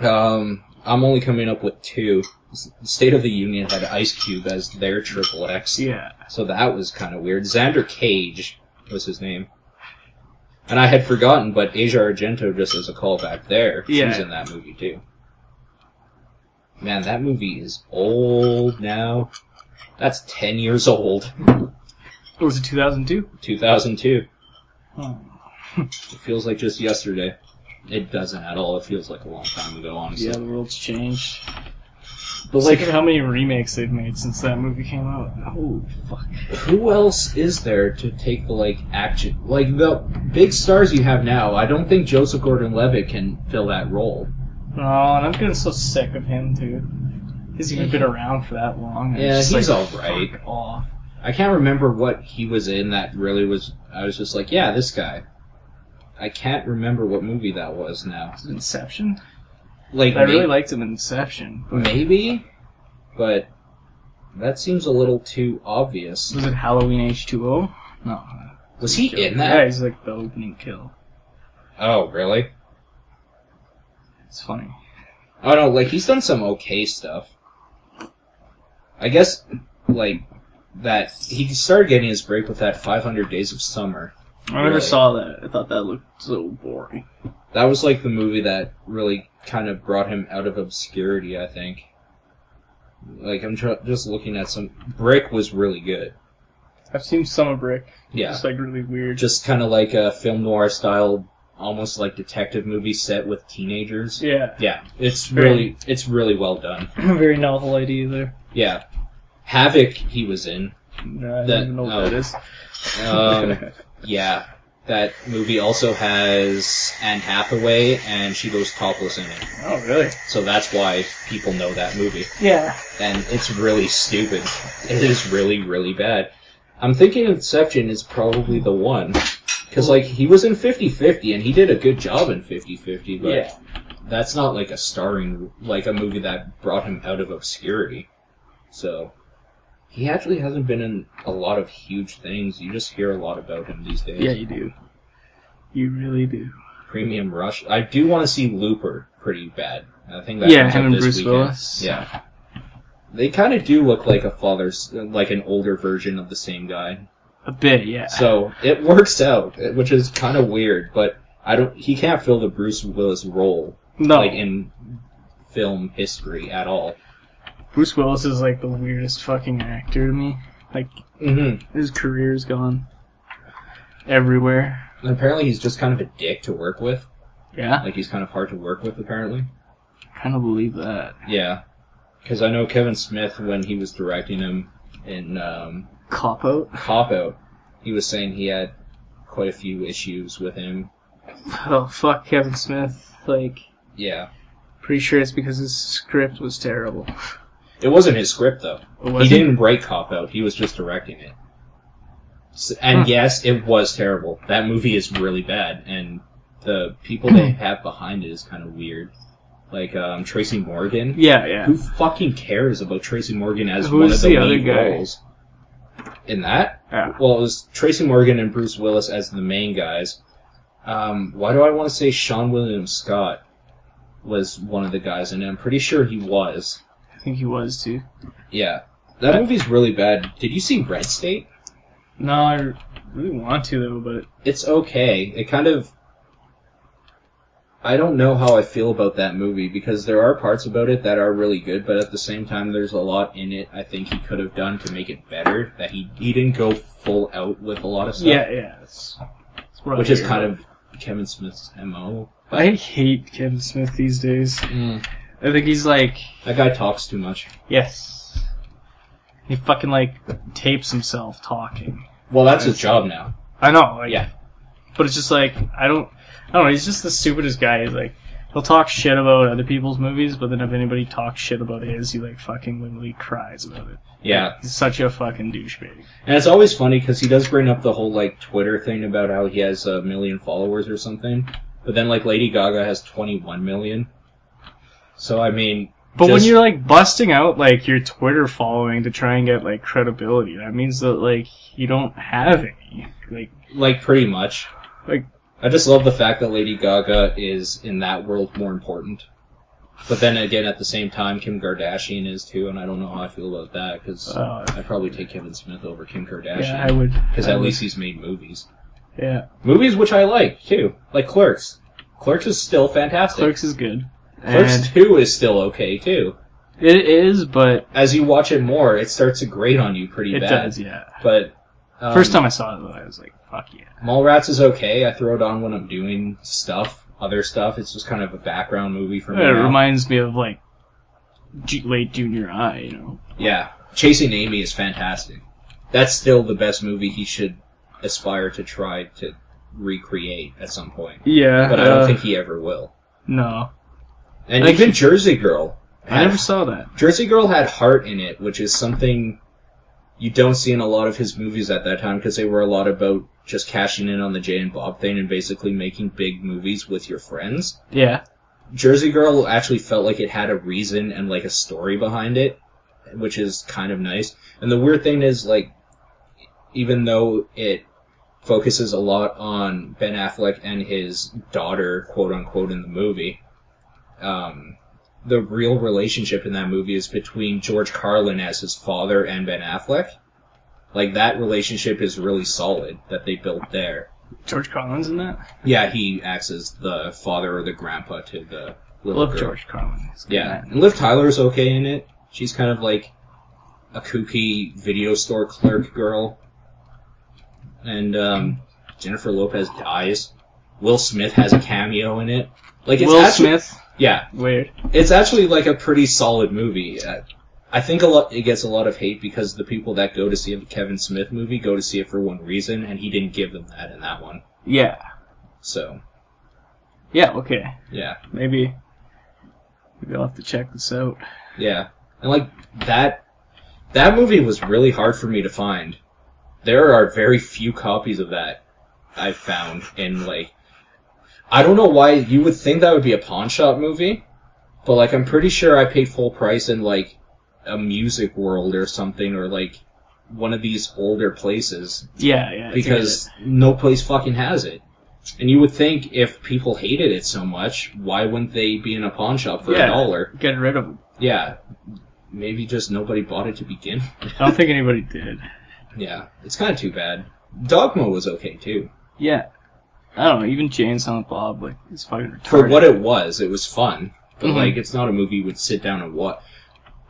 D: Um, I'm only coming up with two. S- State of the Union had Ice Cube as their triple X,
C: Yeah.
D: so that was kind of weird. Xander Cage was his name, and I had forgotten, but Asia Argento just as a callback there.
C: Yeah.
D: She's in that movie too. Man, that movie is old now. That's ten years old.
C: Was it 2002?
D: 2002.
C: Oh.
D: It feels like just yesterday. It doesn't at all. It feels like a long time ago, honestly.
C: Yeah, the world's changed.
D: But
C: Like,
D: like,
C: Look at how many remakes they've made since that movie came out. Oh, fuck.
D: who else is there to take the like action? Like the big stars you have now. I don't think Joseph Gordon-Levitt can fill that role.
C: No, and I'm getting so sick of him, dude. He's even been around for that long. and
D: Yeah,
C: it's just
D: he's
C: like,
D: all right.
C: fuck off.
D: I can't remember what he was in that really was. I was just like, yeah, this guy. I can't remember what movie that was now.
C: Was it Inception?
D: Like,
C: I really
D: may-
C: liked him in Inception.
D: maybe, but that seems a little too obvious.
C: Was it Halloween H2O? No.
D: Was he in
C: Yeah,
D: that?
C: he's like the opening kill.
D: Oh, really?
C: It's funny.
D: Oh no, like he's done some okay stuff. I guess like that he started getting his break with that 500 Days of Summer.
C: I never
D: Really?
C: saw that. I thought that looked so boring.
D: That was like the movie that really kind of brought him out of obscurity, I think. Like I'm tr- just looking at some Brick was really good.
C: I've seen Summer Brick.
D: Yeah.
C: Just like really weird.
D: Just kind of like a film noir style almost like detective movie set with teenagers.
C: yeah.
D: Yeah, it's
C: Very-
D: really it's really well done.
C: Very novel idea there.
D: Yeah. Havoc he was in.
C: No, I
D: That-
C: don't even know what
D: oh.
C: that is.
D: Um, yeah, that movie also has Anne Hathaway, and she goes topless in it.
C: oh, really?
D: So that's why people know that movie.
C: Yeah.
D: And it's really stupid. It is really, really bad. I'm thinking Inception is probably the one. Because, like, he was in 50 50, and he did a good job in 50 50, but
C: Yeah.
D: that's not, like, a starring, like, a movie that brought him out of obscurity. So, he actually hasn't been in a lot of huge things. You just hear a lot about him these days.
C: Yeah, you do. You really do.
D: Premium Rush. I do want to see Looper pretty bad. I think that
C: Yeah,
D: comes
C: him
D: out
C: and
D: this
C: Bruce
D: weekend.
C: Willis.
D: Yeah, they kind of do look like a father's, like an older version of the same guy.
C: A bit, yeah.
D: So it works out, eh, which is kind of weird. But I don't. He can't fill the Bruce Willis role
C: no,
D: like in film history at all.
C: Bruce Willis is like the weirdest fucking actor to me. Like
D: Mm-hmm.
C: his career's gone everywhere.
D: Apparently, he's just kind of a dick to work with.
C: Yeah,
D: Like he's kind of hard to work with. Apparently.
C: kind of believe that.
D: Yeah. Because I know Kevin Smith when he was directing him in um,
C: Cop out.
D: cop out. He was saying he had quite a few issues with him.
C: Oh fuck, Kevin Smith. Like,
D: Yeah,
C: pretty sure it's because his script was terrible.
D: it wasn't his script though.
C: It wasn't?
D: He didn't write cop out. He was just directing it. S- And
C: Huh.
D: yes, it was terrible. That movie is really bad, and the people they have behind it is kind of weird. Like um, Tracy Morgan.
C: Yeah, yeah.
D: Who fucking cares about Tracy Morgan as
C: Who
D: one
C: is
D: of
C: the
D: the,
C: other
D: lead
C: guy?
D: roles? In that,
C: Yeah.
D: well, it was Tracy Morgan and Bruce Willis as the main guys. Um, why do I want to say Sean William Scott was one of the guys, and I'm pretty sure he was.
C: I think he was too.
D: Yeah, that movie's really bad. Did you see Red State?
C: No, I really want to though, but
D: It's okay. It kind of. I don't know how I feel about that movie because there are parts about it that are really good, but at the same time, there's a lot in it I think he could have done to make it better that he he didn't go full out with a lot of stuff.
C: yeah, yeah. It's, it's what I
D: which is
C: hear.
D: kind of Kevin Smith's mo.
C: I hate Kevin Smith these days.
D: Mm.
C: I think he's like
D: That guy talks too much.
C: Yes. He fucking like tapes himself talking.
D: Well, that's his job now.
C: I know, like,
D: Yeah.
C: But it's just like I don't, I don't know. He's just the stupidest guy. He's like, he'll talk shit about other people's movies, but then if anybody talks shit about his, he like fucking literally cries about it.
D: Yeah,
C: He's such a fucking douchebag.
D: and it's always funny because he does bring up the whole like Twitter thing about how he has a million followers or something, but then like Lady Gaga has 21 million. So I mean,
C: But when
D: Just-
C: you're like busting out like your Twitter following to try and get like credibility, that means that like you don't have any. Like
D: like pretty much.
C: Like-
D: I just love the fact that Lady Gaga is in that world more important. But then again, at the same time, Kim Kardashian is too, and I don't know how I feel about that because
C: uh,
D: I'd probably take Kevin Smith over Kim
C: yeah, I
D: Kardashian
C: would.
D: because
C: I
D: at
C: would-
D: least he's made movies,
C: yeah,
D: movies which I like too, like Clerks. Clerks is still fantastic.
C: Clerks is good.
D: Clerks
C: And
D: two is still okay too.
C: it is, but
D: As you watch it more, it starts to grate on you pretty
C: it
D: bad.
C: does. Yeah.
D: But um,
C: First time I saw it though, I was like, fuck yeah.
D: Mallrats is okay. I throw it on when I'm doing stuff, other stuff. It's just kind of a background movie for me.
C: It
D: now.
C: reminds me of like ju- late junior high, you know.
D: yeah, Chasing Amy is fantastic. That's still the best movie he should aspire to try to recreate at some point.
C: Yeah, uh,
D: But I don't think he ever will.
C: no.
D: And
C: like-
D: even Jersey Girl.
C: I never saw that.
D: Jersey Girl had heart in it, which is something you don't see in a lot of his movies at that time because they were a lot about just cashing in on the Jay and Bob thing and basically making big movies with your friends.
C: Yeah,
D: Jersey Girl actually felt like it had a reason and like a story behind it, which is kind of nice. And the weird thing is like, even though it focuses a lot on Ben Affleck and his daughter, quote unquote, in the movie, um, the real relationship in that movie is between George Carlin as his father and Ben Affleck. Like that relationship is really solid that they built there.
C: George Carlin's in that.
D: Yeah, he acts as the father or the grandpa to the little
C: Love
D: girl.
C: George Carlin. He's good in
D: Yeah,
C: that.
D: and Liv Tyler's okay in it. She's kind of like a kooky video store clerk girl. And um, Jennifer Lopez dies. Will Smith has a cameo in it. Like it's
C: Will
D: actually,
C: Smith.
D: Yeah,
C: Weird.
D: it's actually like a pretty solid movie. Uh, I think a lot it gets a lot of hate because the people that go to see a Kevin Smith movie go to see it for one reason, and he didn't give them that in that one.
C: Yeah.
D: So
C: Yeah. Okay.
D: yeah.
C: Maybe. Maybe I'll have to check this out.
D: Yeah. And like that that movie was really hard for me to find. There are very few copies of that I found in like I don't know why you would think that would be a pawn shop movie, but like I'm pretty sure I paid full price in like a music world or something or like one of these older places
C: Yeah. Yeah. I think
D: because no place fucking has it. And you would think if people hated it so much, why wouldn't they be in a pawn shop for
C: Yeah.
D: a dollar?
C: I did. get rid of him.
D: Yeah, maybe just nobody bought it to begin. with.
C: I don't think anybody did.
D: yeah, it's kind of too bad. Dogma was okay too.
C: Yeah. I don't know. Even Jane Silent Bob like is fucking retarded.
D: For what it was, it was fun. But
C: Mhm.
D: like, it's not a movie you would sit down and watch.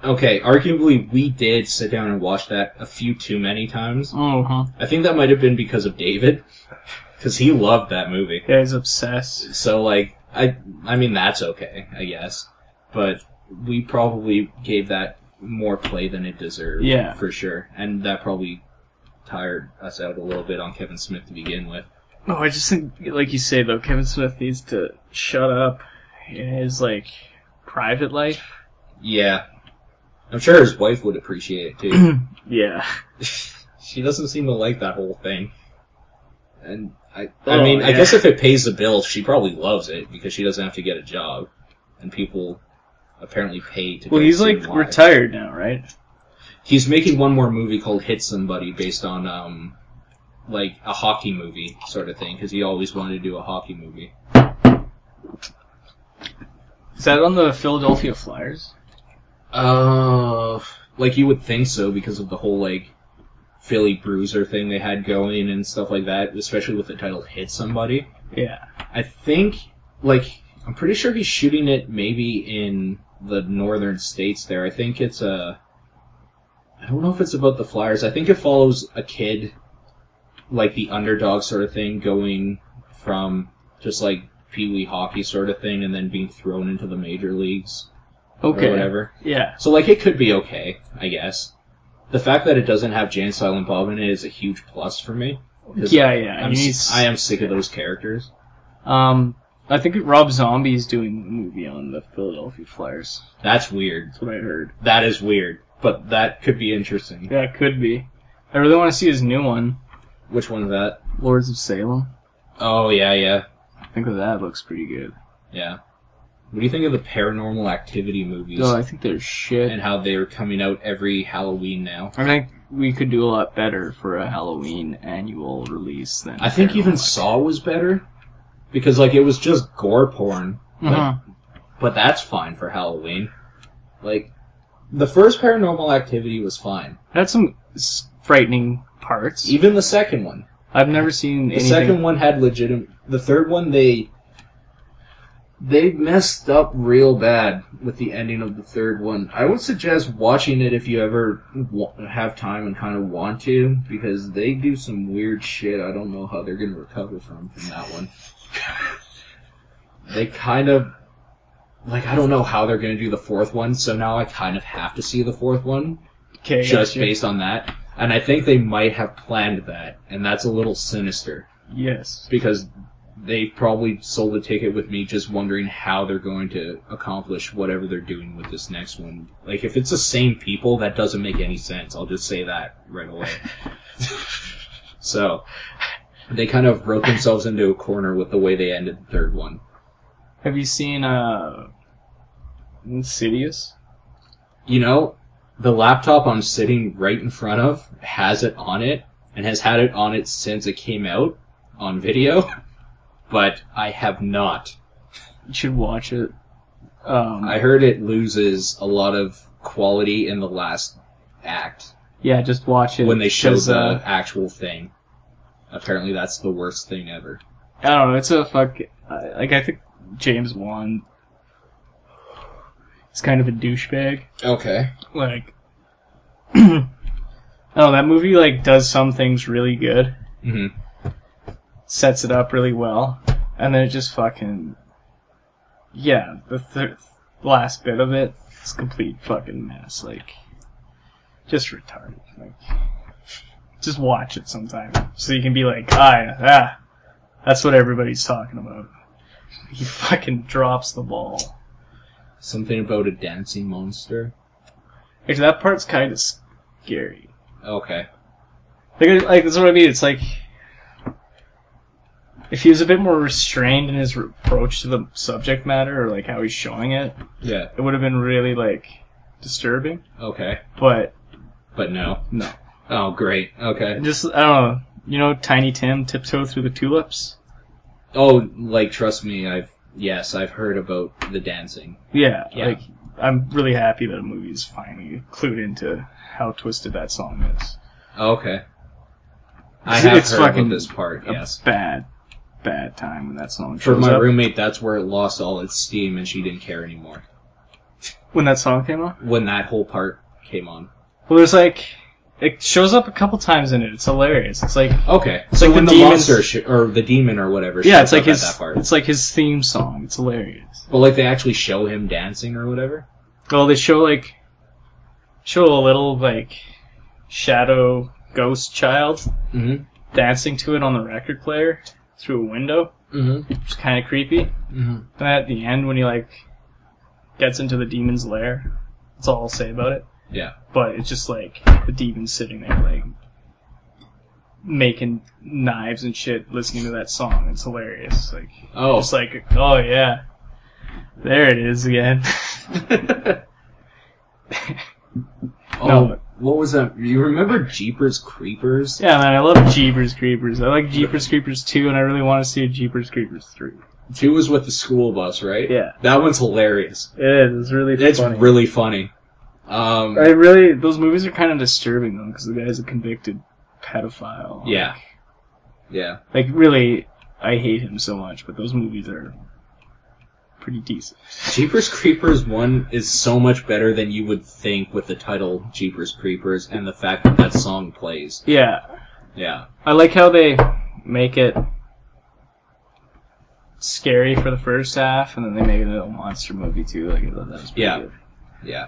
D: Okay, arguably we did sit down and watch that a few too many times.
C: Uh-huh.
D: I think that might have been because of David, because he loved that movie.
C: Yeah, he's obsessed.
D: So like, I I mean that's okay, I guess. But we probably gave that more play than it deserved.
C: Yeah.
D: for sure. And that probably tired us out a little bit on Kevin Smith to begin with.
C: Oh, I just think, like you say though, Kevin Smith needs to shut up in his like private life.
D: Yeah, I'm sure his wife would appreciate it too.
C: Yeah,
D: she doesn't seem to like that whole thing. And I, I
C: Oh,
D: mean, I
C: yeah.
D: guess if it pays the bills, she probably loves it because she doesn't have to get a job, and people apparently pay to.
C: well,
D: go
C: he's
D: see him
C: like
D: live.
C: retired now, right?
D: He's making one more movie called Hit Somebody based on um like a hockey movie sort of thing because he always wanted to do a hockey movie.
C: Is that on the Philadelphia Flyers?
D: Uh, like you would think so because of the whole like Philly Bruiser thing they had going and stuff like that, especially with the title "Hit Somebody."
C: Yeah,
D: I think, like, I'm pretty sure he's shooting it maybe in the northern states. There, I think it's a. I don't know if it's about the Flyers. I think it follows a kid, like the underdog sort of thing, going from just like Pee Wee hockey sort of thing, and then being thrown into the major leagues
C: Okay.
D: or whatever.
C: yeah,
D: So like it could be okay, I guess. The fact that it doesn't have Jane Silent Bob in it is a huge plus for me. 'Cause
C: yeah, yeah.
D: I'm,
C: he
D: s-
C: needs-
D: I am sick of those characters.
C: Um, I think Rob Zombie's doing a movie on the Philadelphia Flyers.
D: That's weird.
C: That's what I heard.
D: That is weird, but that could be interesting.
C: Yeah, it could be. I really want to see his new one,
D: Which one's that?
C: Lords of Salem.
D: Oh yeah, yeah,
C: I think that that looks pretty good.
D: yeah. What do you think of the Paranormal Activity movies
C: Though I think they're shit.
D: and how they are coming out every Halloween now?
C: I think we could do a lot better for a Halloween annual release than.
D: I think even Saw was better because like it was just gore porn,
C: uh
D: but that's fine for Halloween. Like the first Paranormal Activity was fine.
C: Had some s- frightening parts.
D: Even the second one.
C: I've never seen
D: The
C: anything.
D: second one had legitimate. The third one they they messed up real bad with the ending of the third one. I would suggest watching it if you ever wa- have time and kind of want to because they do some weird shit. I don't know how they're going to recover from from that one. they kind of like I don't know how they're going to do the fourth one, so now I kind of have to see the fourth one
C: Okay,
D: just
C: gotcha.
D: based on that. And I think they might have planned that, and that's a little sinister
C: Yes.
D: because they probably sold a ticket with me just wondering how they're going to accomplish whatever they're doing with this next one. Like, if it's the same people, that doesn't make any sense. I'll just say that right away. so, they kind of wrote themselves into a corner with the way they ended the third one.
C: Have you seen uh, Insidious?
D: You know, the laptop I'm sitting right in front of has it on it and has had it on it since it came out on video, but I have not
C: You should watch it. Um,
D: I heard it loses a lot of quality in the last act
C: yeah, just watch it.
D: when they show
C: 'cause,
D: the
C: uh,
D: actual thing. Apparently, that's the worst thing ever.
C: I don't know. It's a fuck. I- Like I think James Wan is kind of a douchebag.
D: Okay.
C: Like, oh, that movie like does some things really good,
D: hmm
C: sets it up really well, and then it just fucking yeah. The thir- last bit of it is complete fucking mess. Like, just retarded. Like, just watch it sometime so you can be like, ah, yeah, ah, that's what everybody's talking about. He fucking drops the ball.
D: Something about a dancing monster.
C: Actually, that part's kind of scary.
D: Okay.
C: Like, I- like that's what I mean. It's like if he was a bit more restrained in his approach to the subject matter or like how he's showing it,
D: Yeah.
C: it would have been really like disturbing.
D: Okay.
C: But
D: But no.
C: no,
D: Oh, great. Okay.
C: just I don't know. You know, Tiny Tim tiptoe through the tulips.
D: Oh, like trust me, I've yes, I've heard about the dancing.
C: Yeah,
D: Yeah.
C: like I'm really happy that a movie's finally clued into how twisted that song is.
D: Okay. I
C: It's-
D: have
C: it's
D: heard about
C: fucking
D: this part.
C: A
D: Yes.
C: bad, bad time when that song
D: For
C: shows
D: my
C: up.
D: roommate, that's where it lost all its steam, and she didn't care anymore.
C: When that song came on.
D: when that whole part came on.
C: Well, there's like it shows up a couple times in it. It's hilarious. It's like
D: Okay,
C: It's
D: so
C: like
D: when
C: the
D: the,
C: demons-
D: monster sh- or the demon or whatever,
C: yeah, it's
D: shows
C: like
D: up at
C: his
D: that part.
C: it's like his theme song. It's hilarious.
D: But like they actually show him dancing or whatever.
C: Well, they show like show a little like shadow ghost child
D: Mm-hmm.
C: dancing to it on the record player through a window,
D: Mm-hmm.
C: which is kind of creepy.
D: Mm-hmm.
C: And at the end, when he like gets into the demon's lair, that's all I'll say about it.
D: Yeah.
C: But it's just like the demon's sitting there, like making knives and shit, listening to that song. It's hilarious. Like
D: Oh,
C: just like, oh yeah, there it is again.
D: oh,
C: no.
D: what was that? You remember Jeepers Creepers?
C: yeah, man, I love Jeepers Creepers. I like Jeepers Creepers two, and I really want to see a Jeepers Creepers three.
D: Two was with the school bus, right?
C: Yeah.
D: that one's hilarious.
C: It is. It's really.
D: It's
C: funny.
D: really funny. Um,
C: I really those movies are kind of disturbing though because the guy's a convicted pedophile.
D: Yeah. yeah,
C: Like really, I hate him so much, but those movies are pretty decent.
D: Jeepers Creepers one is so much better than you would think with the title Jeepers Creepers and the fact that that song plays.
C: Yeah,
D: Yeah,
C: I like how they make it scary for the first half, and then they make it a little monster movie too. Like I thought that was pretty
D: Yeah.
C: good.
D: yeah.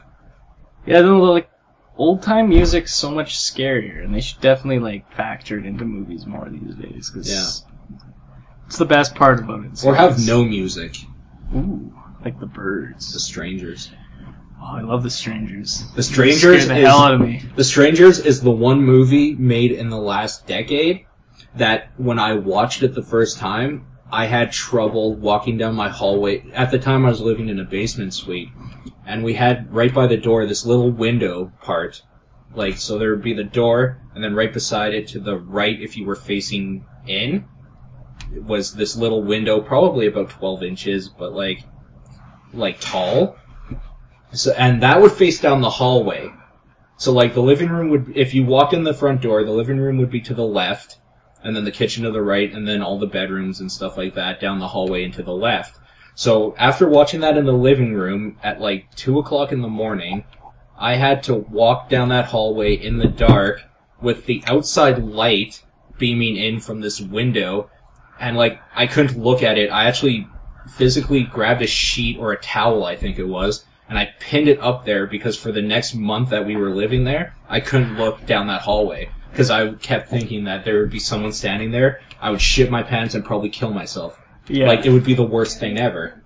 C: Yeah, no, like old time music's so much scarier, and they should definitely like factor it into movies more these days because It's the best part about it.
D: Or have no music.
C: Ooh, like the
D: The
C: birds.
D: Strangers.
C: Oh, I love the strangers.
D: The Strangers
C: Scare the
D: is
C: hell out of me.
D: The Strangers is the one movie made in the last decade that when I watched it the first time, I had trouble walking down my hallway. At the time, I was living in a basement suite, and we had right by the door this little window part. Like, so there would be the door, and then right beside it to the right, if you were facing in, was this little window, probably about 12 inches, but like, like tall. So, and that would face down the hallway. So like the living room would, if you walked in the front door, the living room would be to the left, and then the kitchen to the right, and then all the bedrooms and stuff like that down the hallway and to the left. So after watching that in the living room at like two o'clock in the morning, I had to walk down that hallway in the dark with the outside light beaming in from this window, and like I couldn't look at it. I actually physically grabbed a sheet or a towel, I think it was, and I pinned it up there because for the next month that we were living there, I couldn't look down that hallway because I kept thinking that there would be someone standing there. I would shit my pants and probably kill myself.
C: Yeah.
D: Like it would be the worst thing ever.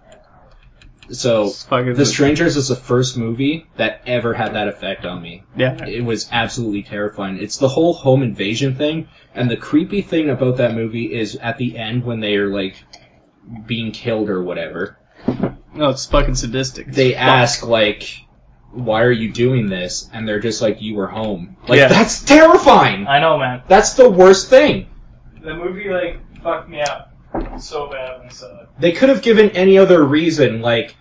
D: So
C: It's fucking-
D: The Strangers is the first movie that ever had that effect on me.
C: yeah.
D: It was absolutely terrifying. It's the whole home invasion thing, and the creepy thing about that movie is at the end when they are like being killed or whatever
C: No, it's fucking sadistic.
D: they ask like why are you doing this and they're just like you were home like
C: Yeah.
D: that's terrifying
F: I know, man.
D: that's the worst thing
F: The movie like fucked me up so bad when I saw it.
D: they could have given any other reason like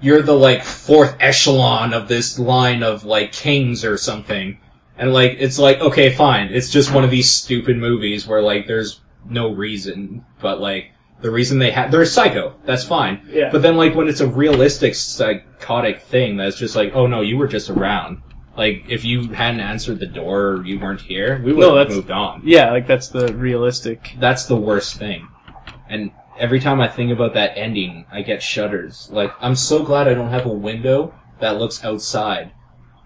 D: you're the like fourth echelon of this line of like kings or something and like it's like okay fine it's just one of these stupid movies where like there's no reason but like the reason they have they're a psycho that's fine
C: Yeah.
D: but then like when it's a realistic psychotic thing that's just like oh no you were just around like if you hadn't answered the door or you weren't here we would have
C: that's-
D: moved on
C: Yeah, like that's the realistic.
D: that's the worst thing. And every time I think about that ending, I get shudders. Like, I'm so glad I don't have a window that looks outside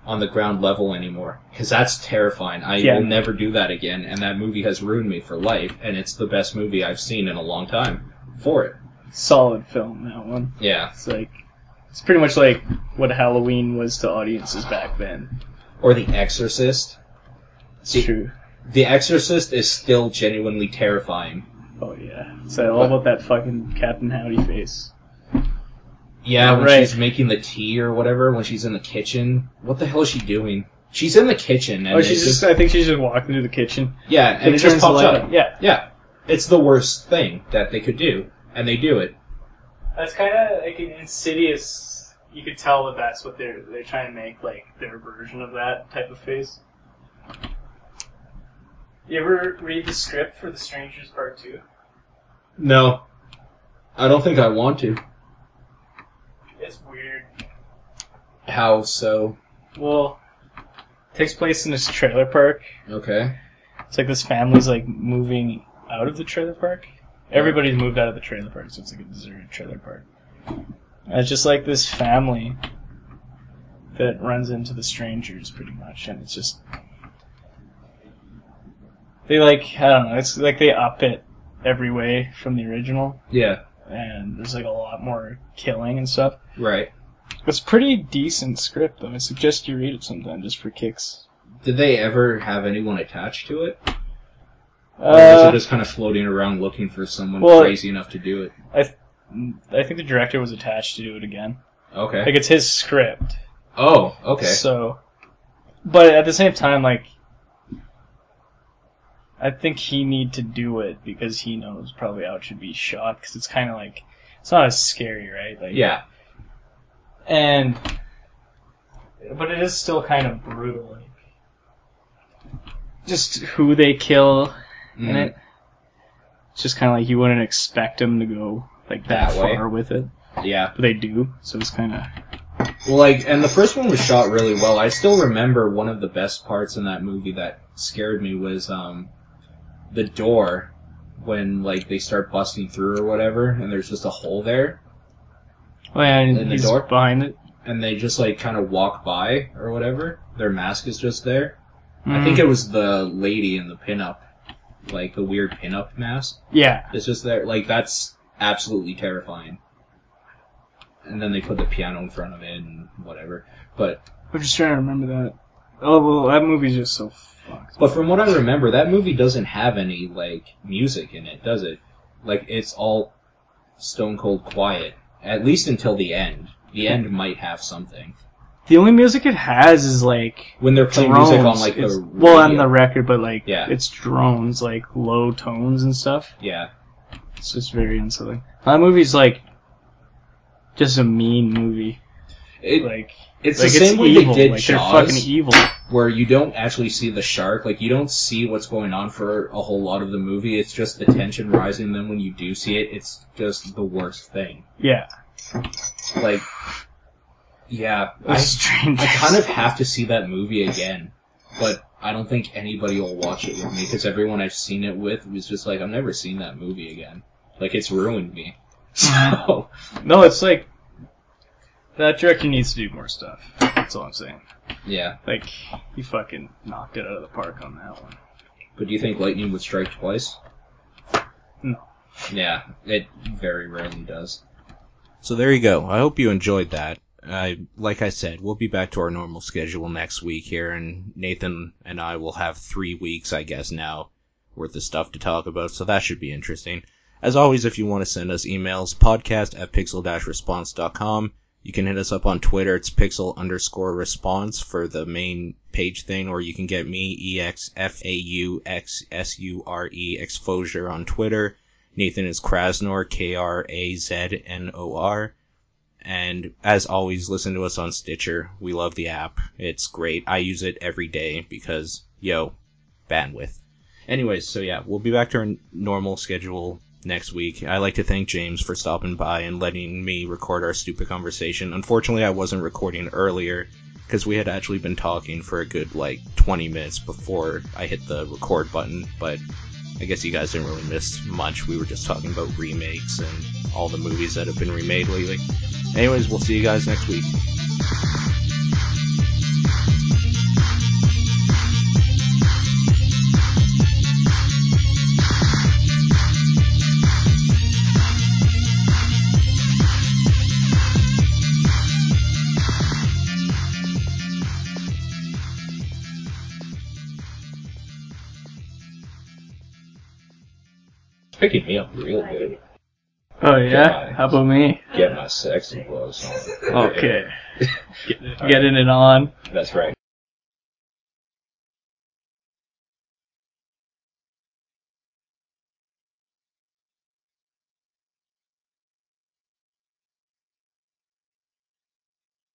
D: on the ground level anymore. Because that's terrifying. I
C: Yeah.
D: will never do that again. And that movie has ruined me for life. And it's the best movie I've seen in a long time for it.
C: Solid film, that one.
D: Yeah.
C: It's like. It's pretty much like what Halloween was to audiences back then.
D: Or The Exorcist.
C: It's
D: See-
C: true.
D: The Exorcist is still genuinely terrifying.
C: Oh, yeah. It's all about that fucking Captain Howdy face.
D: Yeah, when
C: Right.
D: she's making the tea or whatever, when she's in the kitchen. What the hell is she doing? She's in the kitchen and
C: oh,
D: it's
C: she's just, I think she's just walking through the kitchen.
D: Yeah, and it just
C: turns the
D: pops
C: light
D: up.
C: on. Yeah.
D: Yeah, it's the worst thing that they could do, and they do it.
F: That's kind of like an insidious. You could tell that that's what they're they're trying to make like their version of that type of face. You ever read the script for The Strangers Part Two?
D: No, I don't think I want to.
F: It's weird.
D: How so?
C: Well, it takes place in this trailer park.
D: Okay.
C: It's like this family's like moving out of the trailer park. Everybody's moved out of the trailer park, so it's like a deserted trailer park. And it's just like this family that runs into the strangers pretty much, and it's just they like I don't know. It's like they up it every way from the original,
D: Yeah.
C: and there's like a lot more killing and stuff.
D: Right.
C: It's pretty decent script though. I suggest you read it sometime just for kicks.
D: Did they ever have anyone attached to it, or was
C: Uh,
D: it just kind of floating around looking for someone
C: well-
D: crazy enough to do it?
C: Uh, I think the director was attached to do it again.
D: Okay.
C: Like it's his script.
D: Oh, okay.
C: So but at the same time like I think he need to do it because he knows probably how it should be shot cuz it's kind of like it's not as scary, right? Like
D: Yeah.
C: and but it is still kind of brutal like just who they kill in
D: Mm.
C: it. It's just kind of like you wouldn't expect him to go like that,
D: That way.
C: far with it,
D: Mm-hmm. Yeah.
C: but they do. So it's kind of
D: Well, like, and the first one was shot really well. I still remember one of the best parts in that movie that scared me was um, the door when like they start busting through or whatever, and there's just a hole there,
C: oh yeah, and
D: In the
C: he's
D: door?
C: behind it.
D: and they just like kind of walk by or
C: Mm-hmm.
D: whatever. Their mask is just there. I think it was the lady in the pinup like the weird pinup mask.
C: Yeah.
D: It's just there, like that's absolutely terrifying. And then they put the piano in front of it and whatever. But
C: I'm just trying to remember that. Oh well, that movie's just so fucked.
D: but from what I remember, that movie doesn't have any like music in it, does it? Like it's all stone cold quiet, at least until the end. The end might have something
C: The only music it has is like
D: when they're playing
C: drones.
D: music on like the
C: It's- well, on
D: radio.
C: the record, but like
D: Yeah.
C: it's drones, like low tones and stuff.
D: yeah.
C: It's just very unsettling. That movie's like just a mean movie.
D: It,
C: Like
D: it's
C: like
D: the same
C: it's
D: way
C: evil.
D: they did
C: like
D: Jaws.
C: they're fucking e- evil.
D: where you don't actually see the shark, like you don't see what's going on for a whole lot of the movie. It's just the tension rising. Then when you do see it, it's just the worst thing.
C: Yeah.
D: Like, yeah, I,
C: It's strange.
D: I kind of have to see that movie again, but I don't think anybody will watch it with me because everyone I've seen it with was just like, I've never seen that movie again. Like it's ruined me. So
C: No, it's like that director needs to do more stuff. That's all I'm saying.
D: yeah,
C: Like he fucking knocked it out of the park on that one.
D: but do you think lightning would strike twice?
C: No.
D: Yeah, it very rarely does.
A: So there you go. I hope you enjoyed that. I, like I said, we'll be back to our normal schedule next week here, and Nathan and I will have three weeks, I guess, now worth of stuff to talk about, so that should be interesting. As always, if you want to send us emails, podcast at pixel-response.com. You can hit us up on Twitter. It's pixel underscore response for the main page thing, or you can get me, E E-X-F-A-U-X-S-U-R-E, E, exposure on Twitter. Nathan is Krasnor, K R A Z N O R. And as always, listen to us on Stitcher. We love the app. It's great. I use it every day because, yo, bandwidth. Anyways, so yeah, we'll be back to our n- normal schedule next week. I like to thank James for stopping by and letting me record our stupid conversation. Unfortunately, I wasn't recording earlier because we had actually been talking for a good like 20 minutes before I hit the record button, but I guess you guys didn't really miss much. We were just talking about remakes and all the movies that have been remade lately. Anyways, we'll see you guys next week.
D: It's picking me up real good.
C: Oh yeah?
D: God.
C: How about me?
D: Get my sexy gloves on.
C: Okay. Get- Getting it on.
D: That's right.